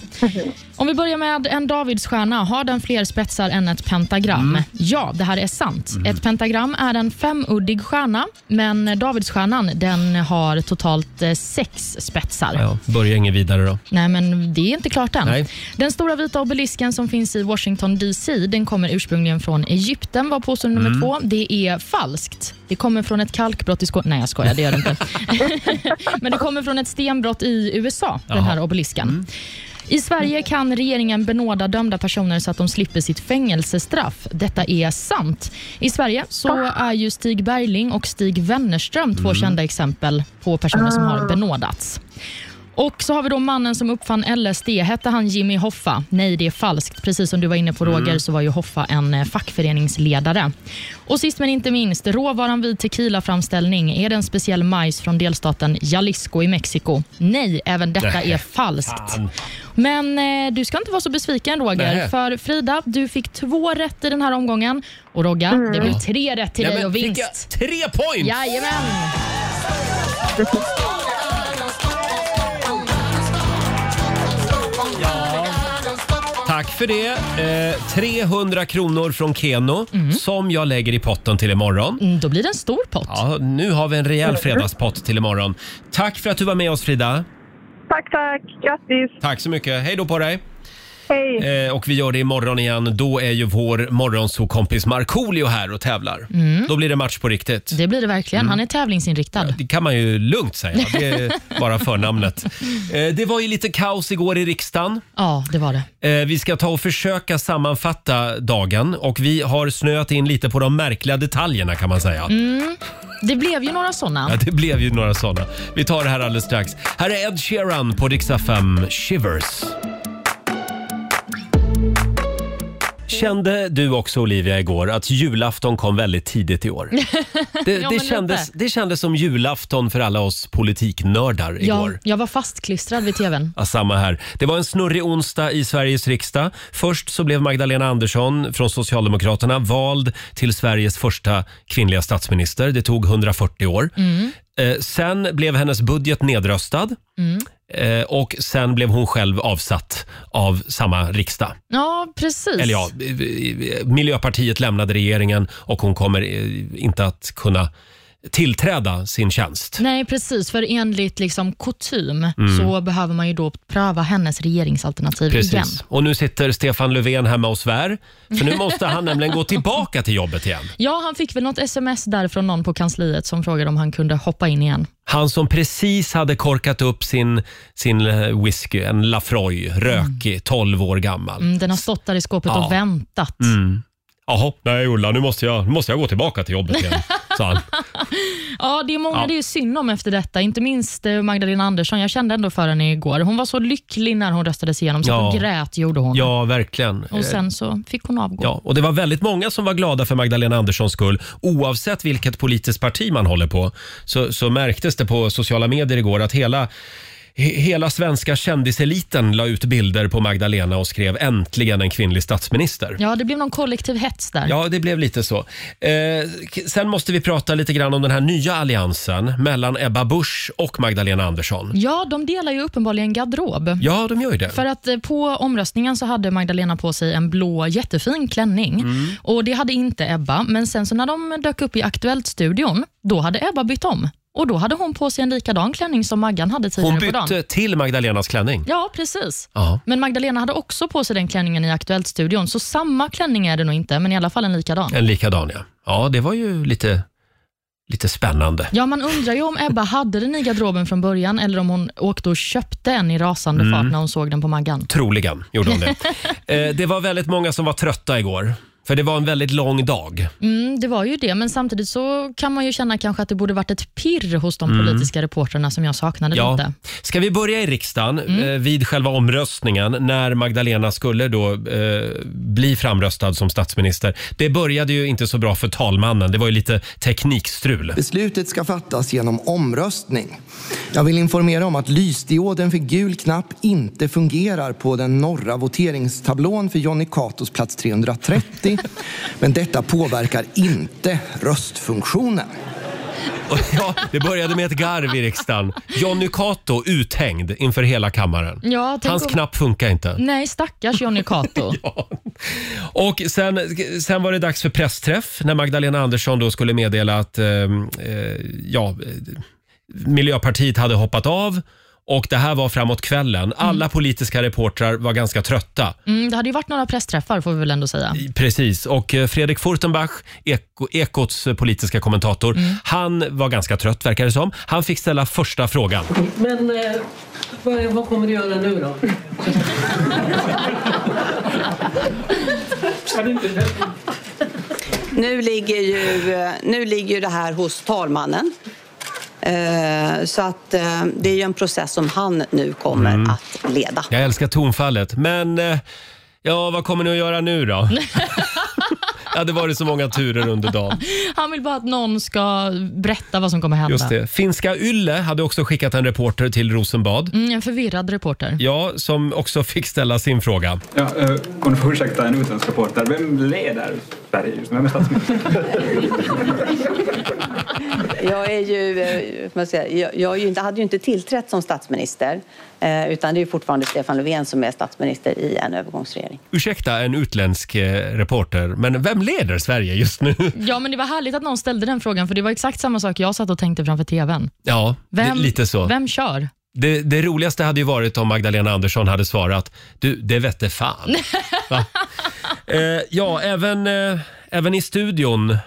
B: Om vi börjar med en Davidsstjärna. Har den fler spetsar än ett pentagram?
A: Mm.
B: Ja, det här är sant. Ett pentagram är en femuddig stjärna, men Davidsstjärnan den har totalt eh, sex spetsar.
A: Ja, börja inget vidare då.
B: Nej, men det är inte klart än.
A: Nej.
B: Den stora vita obelisken som finns i Washington DC den kommer ursprungligen från Egypten, var påstående nummer
A: Mm.
B: två. Det är falskt. Det kommer från ett kalkbrott i Skåne. Nej, jag skojar. Det gör det inte. men det kommer från ett stenbrott i USA, den här
A: Jaha. Mm.
B: obelisken. I Sverige kan regeringen benåda dömda personer så att de slipper sitt fängelsestraff. Detta är sant. I Sverige så är ju Stig Bergling och Stig Wennerström
A: Mm.
B: två kända exempel på personer som har benådats. Och så har vi då mannen som uppfann LSD. Hette han Jimmy Hoffa? Nej, det är falskt. Precis som du var inne på Roger
V: Mm.
B: så var ju Hoffa en eh, fackföreningsledare. Och sist men inte minst, råvaran vid tequilaframställning. Är det en speciell majs från delstaten Jalisco i Mexiko? Nej, även detta
A: Nej,
B: är falskt.
A: fan.
B: Men eh, du ska inte vara så besviken Roger,
A: Nej.
B: för Frida, du fick två rätt i den här omgången. Och Rogga,
A: Mm.
B: det blev
A: Ja.
B: tre rätt till
A: Ja,
B: dig
A: men
B: och
A: fick
B: vinst.
A: jag Mm. tre points?
B: Jajamän!
A: Tack för det. Eh, 300 kronor från Keno som jag lägger i potten till imorgon.
B: Mm, Då blir det en stor pott.
A: Ja, nu har vi en rejäl fredagspott till imorgon. Tack för att du var med oss Frida.
V: Tack, tack. Grattis.
A: Tack så mycket. Hej då på dig. Hej. Eh, och vi gör det imorgon igen. Då är ju vår morgonsokompis Markoolio här och tävlar.
B: Mm.
A: Då blir det match på riktigt.
B: Det blir det verkligen.
A: Mm.
B: Han är tävlingsinriktad.
A: Det kan man ju lugnt säga. Det är bara förnamnet. Eh, det var ju lite kaos igår i riksdagen.
B: Ja, det var det.
A: Eh, Vi ska ta och försöka sammanfatta dagen och vi har snöat in lite på de märkliga detaljerna kan man säga.
B: Mm. Det blev ju några sådana.
A: Ja, det blev ju några sådana. Vi tar det här alldeles strax. Här är Ed Sheeran på Dix FM, Shivers. Kände du också Olivia igår att julafton kom väldigt tidigt i år? Det,
B: Ja,
A: det,
B: men
A: kändes,
B: lite.
A: det kändes som julafton för alla oss politiknördar
B: Jag,
A: igår.
B: jag var fastklistrad vid tvn.
A: Ja, samma här. Det var en snurrig onsdag i Sveriges riksdag. Först så blev Magdalena Andersson från Socialdemokraterna vald till Sveriges första kvinnliga statsminister. Det tog 140 år.
B: Mm.
A: Eh, sen blev hennes budget nedröstad
B: Mm.
A: eh, och sen blev hon själv avsatt av samma riksdag.
B: Ja, precis.
A: Eller ja, eh, eh, Miljöpartiet lämnade regeringen och hon kommer eh, inte att kunna tillträda sin tjänst.
B: Nej, precis. För enligt liksom kutym
A: Mm.
B: så behöver man ju då pröva hennes regeringsalternativ igen.
A: Och nu sitter Stefan Löfven hemma och svär. För nu måste han nämligen gå tillbaka till jobbet igen.
B: Ja, han fick väl något sms där från någon på kansliet som frågade om han kunde hoppa in igen.
A: Han som precis hade korkat upp sin, sin eh, whisky, en Lafroy, rökig, 12 år gammal.
B: Mm, den har stått där i skåpet
A: Ja.
B: och väntat.
A: Mm. Jaha, nej Ulla, nu måste, jag, nu måste jag gå tillbaka till jobbet igen, sa han.
B: Ja, det är många
A: Ja.
B: det är synd om efter detta, inte minst eh, Magdalena Andersson. Jag kände ändå för henne igår. Hon var så lycklig när hon röstades igenom, så
A: Ja.
B: hon grät gjorde hon.
A: Ja, verkligen.
B: Och sen så fick hon avgå.
A: Ja, och det var väldigt många som var glada för Magdalena Anderssons skull. Oavsett vilket politiskt parti man håller på så, så märktes det på sociala medier igår att hela he- Hela svenska kändiseliten la ut bilder på Magdalena och skrev äntligen en kvinnlig statsminister.
B: Ja, det blev någon kollektiv hets där.
A: Ja, det blev lite så. Eh, k- sen måste vi prata lite grann om den här nya alliansen mellan Ebba Busch och Magdalena Andersson.
B: Ja, de delar ju uppenbarligen garderob.
A: Ja, de gör ju det.
B: För att eh, på omröstningen så hade Magdalena på sig en blå jättefin klänning
A: Mm.
B: och det hade inte Ebba. Men sen så när de dök upp i Aktuellt-studion, då hade Ebba bytt om och då hade hon på sig en likadan klänning som Maggan hade tidigare
A: Hon
B: på dagen.
A: bytte till Magdalenas klänning.
B: Ja, precis.
A: Ja.
B: Men Magdalena hade också på sig den klänningen i Aktuellt-studion, så samma klänning är det nog inte, men i alla fall en likadan.
A: En likadan ja. Ja, det var ju lite, lite spännande.
B: Ja, man undrar ju om Ebba hade den i garderoben från början eller om hon åkte och köpte en i rasande
A: Mm.
B: fart när hon såg den på Maggan.
A: Troligen gjorde hon det. eh, det var väldigt många som var trötta igår. För det var en väldigt lång dag.
B: Mm, det var ju det, men samtidigt så kan man ju känna kanske att det borde varit ett pirr hos de
A: Mm.
B: politiska reportrarna som jag saknade lite.
A: Ska vi börja i riksdagen
B: Mm.
A: eh, vid själva omröstningen när Magdalena skulle då eh, bli framröstad som statsminister. Det började ju inte så bra för talmannen. Det var ju lite teknikstrul.
H: Beslutet ska fattas genom omröstning. Jag vill informera om att lysdioden för gul knapp inte fungerar på den norra voteringstablån för Jonny Catos plats 330. Men detta påverkar inte röstfunktionen.
A: Och, ja, det började med ett garv i riksdagen. Jonny Cato uthängd inför hela kammaren.
B: Ja, tänk
A: Hans
B: om-
A: knapp funkar inte.
B: Nej, stackars Johnny Cato.
A: Och sen, sen var det dags för pressträff när Magdalena Andersson då skulle meddela att eh, eh, ja, eh, Miljöpartiet hade hoppat av. Och Det här var framåt kvällen. Alla politiska reportrar var ganska trötta.
B: Mm, det hade ju varit några pressträffar får vi väl ändå säga.
A: Precis. Och eh, Fredrik Furtenbach, Eko, Ekots eh, politiska kommentator, han var ganska trött verkar det som. Han fick ställa första frågan.
F: Men eh, vad, vad kommer du göra nu då?
J: Nu ligger ju, nu ligger ju det här hos talmannen. Eh, Så att eh, det är ju en process som han nu kommer
A: Mm.
J: att leda.
A: Jag älskar tonfallet. Men eh, ja, vad kommer ni att göra nu då? ja, det var det så många turer under dagen.
B: Han vill bara att någon ska berätta vad som kommer hända.
A: Just det. Finska Ylle hade också skickat en reporter till Rosenbad.
B: Mm, en förvirrad reporter.
A: Ja, som också fick ställa sin fråga.
I: Ja, eh, om du får ursäkta en utländsk reporter, vem leder Sverige just nu? Vem är statsminister?
J: Jag, är ju, eh, vad man säger, jag, jag är ju inte, hade ju inte tillträtt som statsminister eh, utan det är ju fortfarande Stefan Löfven som är statsminister i en övergångsregering.
A: Ursäkta en utländsk eh, reporter, men vem leder Sverige just nu?
B: Ja, men det var härligt att någon ställde den frågan, för det var exakt samma sak jag satt och tänkte framför tvn.
A: Ja, li-
B: Vem,
A: lite så.
B: Vem kör?
A: Det, det roligaste hade ju varit om Magdalena Andersson hade svarat du, det vette fan. Va? Eh, ja, även, eh, även i studion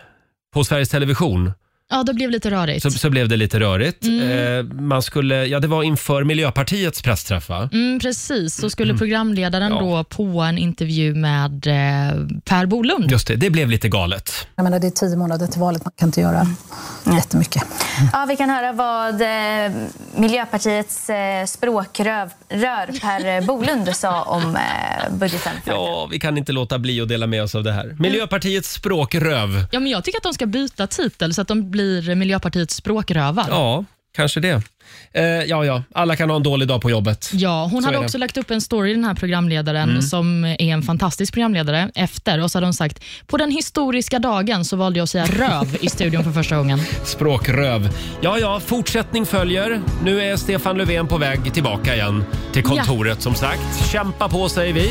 A: på Sveriges Television
B: Ja, det blev lite rörigt.
A: så, så blev det lite rörigt.
B: Mm.
A: Eh, man skulle, ja, det var inför Miljöpartiets pressträff va?
B: Mm, precis, så skulle programledaren då på en intervju med eh, Per Bolund.
A: Just det, det blev lite galet.
E: Jag menar, det är tio månader till valet, man kan inte göra jättemycket.
T: Mm. Ja, vi kan höra vad eh, Miljöpartiets eh, språkrör rör Per Bolund sa om eh, budgeten.
A: Ja, vi kan inte låta bli att dela med oss av det här. Miljöpartiets språkröv.
B: Ja, men jag tycker att de ska byta titel så att de blir Miljöpartiets språkrövar.
A: Ja, kanske det. Eh, ja, ja, alla kan ha en dålig dag på jobbet.
B: Ja, hon
A: Så
B: hade
A: är det.
B: också lagt upp en story, den här programledaren,
A: Mm.
B: som är en fantastisk programledare, efter. Och så hade hon sagt, på den historiska dagen så valde jag att säga röv i studion för första gången.
A: Språkröv. Ja, ja, fortsättning följer. Nu är Stefan Löfven på väg tillbaka igen till kontoret som sagt. Kämpa på säger vi.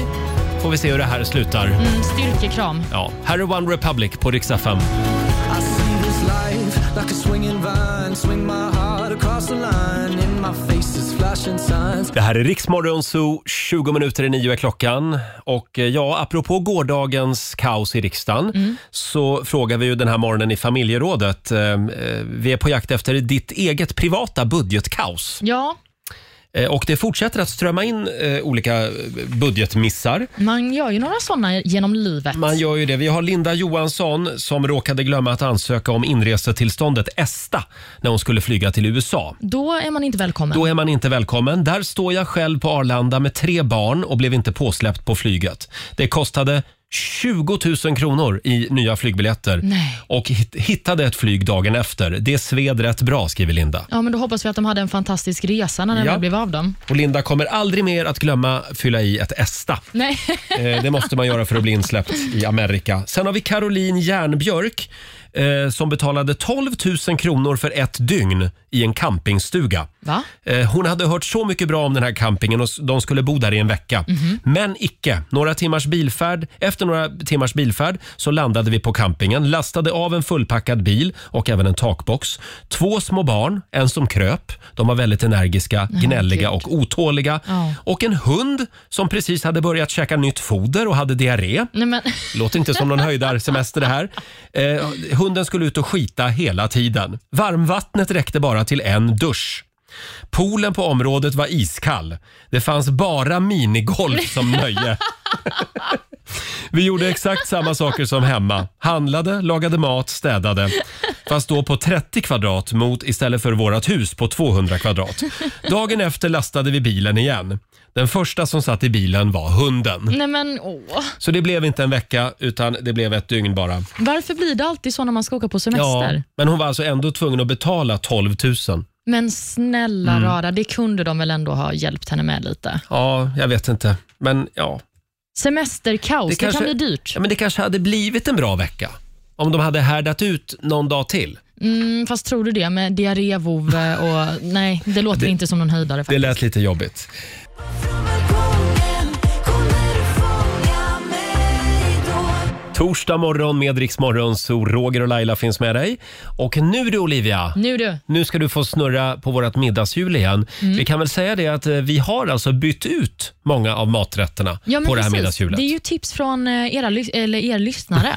A: Får vi se hur det här slutar.
B: Mm, styrkekram.
A: Ja, här är One Republic på riksdag 5.
W: I see this life like a swinging vine. Swing my heart across the line. In my face is flashing signs.
A: Det här är Riksmorgon Zoo, 20 minuter i nio är klockan. Och eh, ja, apropå gårdagens kaos i riksdagen så frågar vi ju den här morgonen i familjerådet. eh, eh, Vi är på jakt efter ditt eget privata budgetkaos.
B: Ja,
A: Eh, Och det fortsätter att strömma in eh, olika eh, budgetmissar.
B: man gör ju några sådana genom livet.
A: Man gör ju det. Vi har Linda Johansson som råkade glömma att ansöka om inresetillståndet ESTA när hon skulle flyga till USA.
B: Då är man inte välkommen.
A: Då är man inte välkommen. Där står jag själv på Arlanda med tre barn och blev inte påsläppt på flyget. Det kostade 20 000 kronor i nya flygbiljetter
B: Nej.
A: och hit- hittade ett flyg dagen efter. Det sved rätt bra, skriver Linda.
B: Ja, men då hoppas vi att de hade en fantastisk resa när den
A: Ja.
B: väl blev av dem.
A: Och Linda kommer aldrig mer att glömma fylla i ett ESTA.
B: Nej.
A: Eh, Det måste man göra för att bli insläppt i Amerika. Sen har vi Caroline Järnbjörk eh, som betalade 12 000 kronor för ett dygn i en campingstuga.
B: Va?
A: Eh, Hon hade hört så mycket bra om den här campingen och s- de skulle bo där i en vecka.
B: Mhm.
A: Men icke. Några timmars bilfärd, efter några timmars bilfärd så landade vi på campingen, lastade av en fullpackad bil och även en takbox. Två små barn, en som kröp. De var väldigt energiska,
B: Nej,
A: gnälliga
B: gud.
A: och otåliga.
B: Ja.
A: Och en hund som precis hade börjat käka nytt foder och hade diarré.
B: Nej, men...
A: Låter inte som någon höjdarsemester det här. Eh, hunden skulle ut och skita hela tiden. Varmvattnet räckte bara till en dusch. Poolen på området var iskall. Det fanns bara minigolf som nöje. Vi gjorde exakt samma saker som hemma. Handlade, lagade mat, städade. Fast då på 30 kvadrat mot istället för vårt hus på 200 kvadrat. Dagen efter lastade vi bilen igen. Den första som satt i bilen var hunden.
B: Nej, men åh.
A: Så det blev inte en vecka utan det blev ett dygn bara.
B: Varför blir det alltid så när man ska åka på semester?
A: men hon var alltså ändå tvungen att betala 12 000.
B: Men snälla
A: Mm.
B: rara, det kunde de väl ändå ha hjälpt henne med lite?
A: Ja, jag vet inte. Men ja.
B: Semesterkaos, det, kan bli dyrt.
A: Ja, men det kanske hade blivit en bra vecka om de hade härdat ut någon dag till.
B: Mm, fast tror du det med diarrévovve och nej, det låter inte som någon höjdare.
A: Det lät lite jobbigt. Torsdag morgon med Rix Morgon, så Roger och Laila finns med dig. Och nu du Olivia,
B: Nu du.
A: nu ska du få snurra på vårt middagshjul igen.
B: Mm.
A: Vi kan väl säga det att eh, vi har alltså bytt ut många av maträtterna
B: Ja, men
A: på det här
B: precis.
A: middagshjulet.
B: Det är ju tips från eh, era, lys- eller er lyssnare.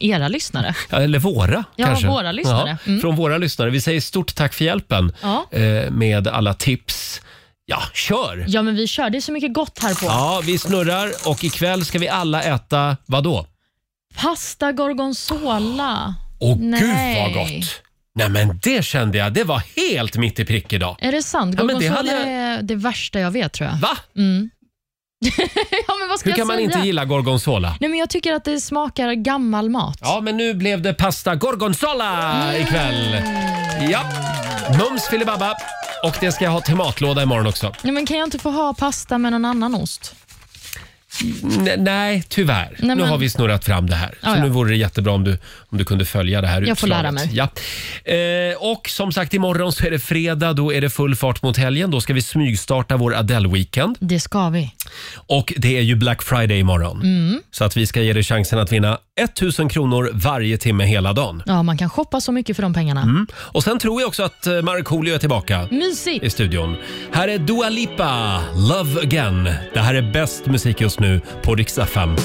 B: era lyssnare.
A: Ja, Eller våra
B: Ja,
A: kanske.
B: våra lyssnare. Mm.
A: Från våra lyssnare. Vi säger stort tack för hjälpen
B: Ja.
A: eh, med alla tips. Ja, kör!
B: Ja, men vi kör. Det är så mycket gott här på.
A: Ja, vi snurrar och ikväll ska vi alla äta vad då?
B: Pasta gorgonzola.
A: Åh
B: Nej.
A: gud vad gott! Nej men det kände jag, det var helt mitt i prick idag.
B: Är det sant?
A: Ja, men det
B: Gorgonzola
A: hade
B: är det värsta jag vet tror jag.
A: Va?
B: Mm. ja, men vad ska
A: Hur kan
B: jag
A: man
B: säga?
A: inte gilla gorgonzola?
B: Nej, men jag tycker att det smakar gammal mat.
A: Ja, men nu blev det pasta gorgonzola ikväll. Ja, mums filibabba. Och det ska jag ha till matlåda imorgon också.
B: Nej, men kan jag inte få ha pasta med någon annan ost?
A: N- nej, tyvärr.
B: Nej,
A: Nu
B: men-
A: har vi snurrat fram det här.
B: Ja,
A: Så
B: ja.
A: nu vore det jättebra om du, om du kunde följa det här
B: Jag får lära
A: utslaget. Ja. Eh, och som sagt, imorgon så är det fredag. Då är det full fart mot helgen. Då ska vi smygstarta vår Adele-weekend.
B: Det ska vi.
A: Och det är ju Black Friday imorgon.
B: Mm.
A: Så att vi ska ge dig chansen att vinna 1000 kronor varje timme hela dagen.
B: Ja, man kan shoppa så mycket för de pengarna.
A: Mm. Och sen tror jag också att eh, Markoolio är tillbaka
B: Mysigt!
A: i studion. Här är Dua Lipa, Love Again. Det här är bäst musik just nu på Rix FM.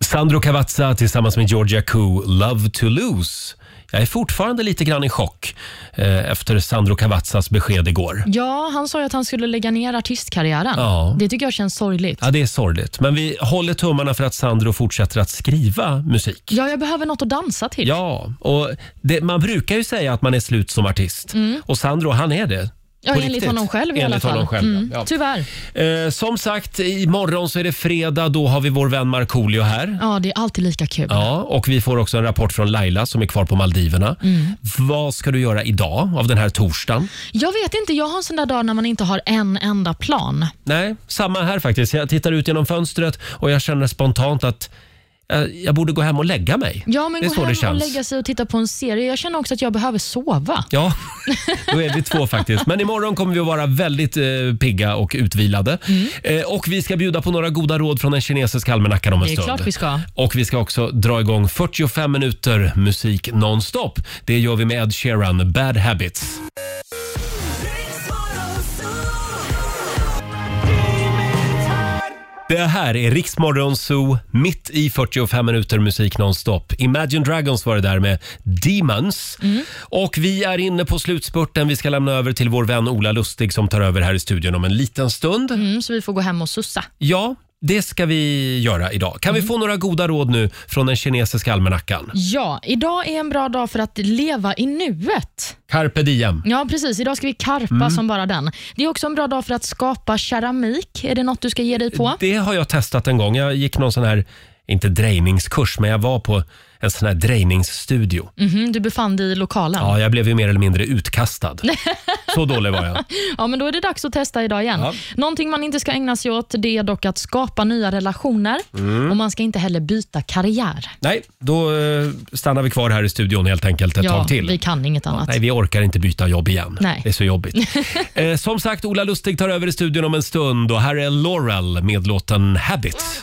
A: Sandro Cavazza tillsammans med Georgia Koo, Love to Lose. Jag är fortfarande lite grann i chock eh, efter Sandro Cavazzas besked igår.
B: Ja, han sa ju att han skulle lägga ner artistkarriären.
A: Ja.
B: Det tycker jag känns sorgligt.
A: Ja, det är sorgligt. Men vi håller tummarna för att Sandro fortsätter att skriva musik.
B: Ja, jag behöver något att dansa till.
A: Ja, och det, man brukar ju säga att man är slut som artist.
B: Mm.
A: Och Sandro, han är det.
B: Ja,
A: På
B: enligt
A: riktigt.
B: honom själv i
A: enligt
B: alla fall.
A: Honom själv,
B: Mm,
A: ja.
B: Tyvärr.
A: Eh, som sagt, imorgon så är det fredag. Då har vi vår vän Markoolio här.
B: Ja, det är alltid lika kul.
A: Ja, och vi får också en rapport från Laila som är kvar på Maldiverna.
B: Mm.
A: Vad ska du göra idag av den här torsdagen?
B: Jag vet inte, jag har en sån där dag när man inte har en enda plan.
A: Nej, samma här faktiskt. Jag tittar ut genom fönstret och jag känner spontant att jag, jag borde gå hem och lägga mig.
B: Ja, men
A: det är
B: gå
A: så det
B: hem och
A: känns.
B: lägga sig och titta på en serie. Jag känner också att jag behöver sova.
A: Ja, då är vi två faktiskt. Men imorgon kommer vi att vara väldigt eh, pigga och utvilade.
B: Mm.
A: Eh, och vi ska bjuda på några goda råd från den kinesiska almanackan om en
B: Det är
A: stund.
B: klart vi ska.
A: Och vi ska också dra igång 45 minuter musik nonstop. Det gör vi med Ed Sheeran, Bad Habits. Det här är Riksmorgon Zoo, mitt i 45 minuter musik nonstop. Imagine Dragons var det där med Demons.
B: Mm.
A: Och vi är inne på slutspurten. Vi ska lämna över till vår vän Ola Lustig som tar över här i studion om en liten stund.
B: Mm, så vi får gå hem och sussa.
A: Ja, det ska vi göra idag. Kan
B: Mm.
A: vi få några goda råd nu från den kinesiska almanackan?
B: Ja, idag är en bra dag för att leva i nuet.
A: Carpe diem.
B: Ja, precis. Idag ska vi karpa
A: Mm.
B: som bara den. Det är också en bra dag för att skapa keramik. Är det något du ska ge dig på?
A: Det har jag testat en gång. Jag gick någon sån här, inte drejningskurs, men jag var på en sån här drejningsstudio.
B: Mhm, du befann dig i lokalen.
A: Ja, jag blev ju mer eller mindre utkastad. Så dålig var jag.
B: Ja, men då är det dags att testa idag igen.
A: Ja.
B: Någonting man inte ska ägna sig åt det är dock att skapa nya relationer
A: Mm.
B: och man ska inte heller byta karriär.
A: Nej, då eh, stannar vi kvar här i studion helt enkelt ett
B: ja,
A: tag till.
B: Vi kan inget annat.
A: Nej, vi orkar inte byta jobb igen.
B: Nej.
A: Det är så jobbigt. eh, som sagt, Ola Lustig tar över i studion om en stund och här är Laurel med låten Habits.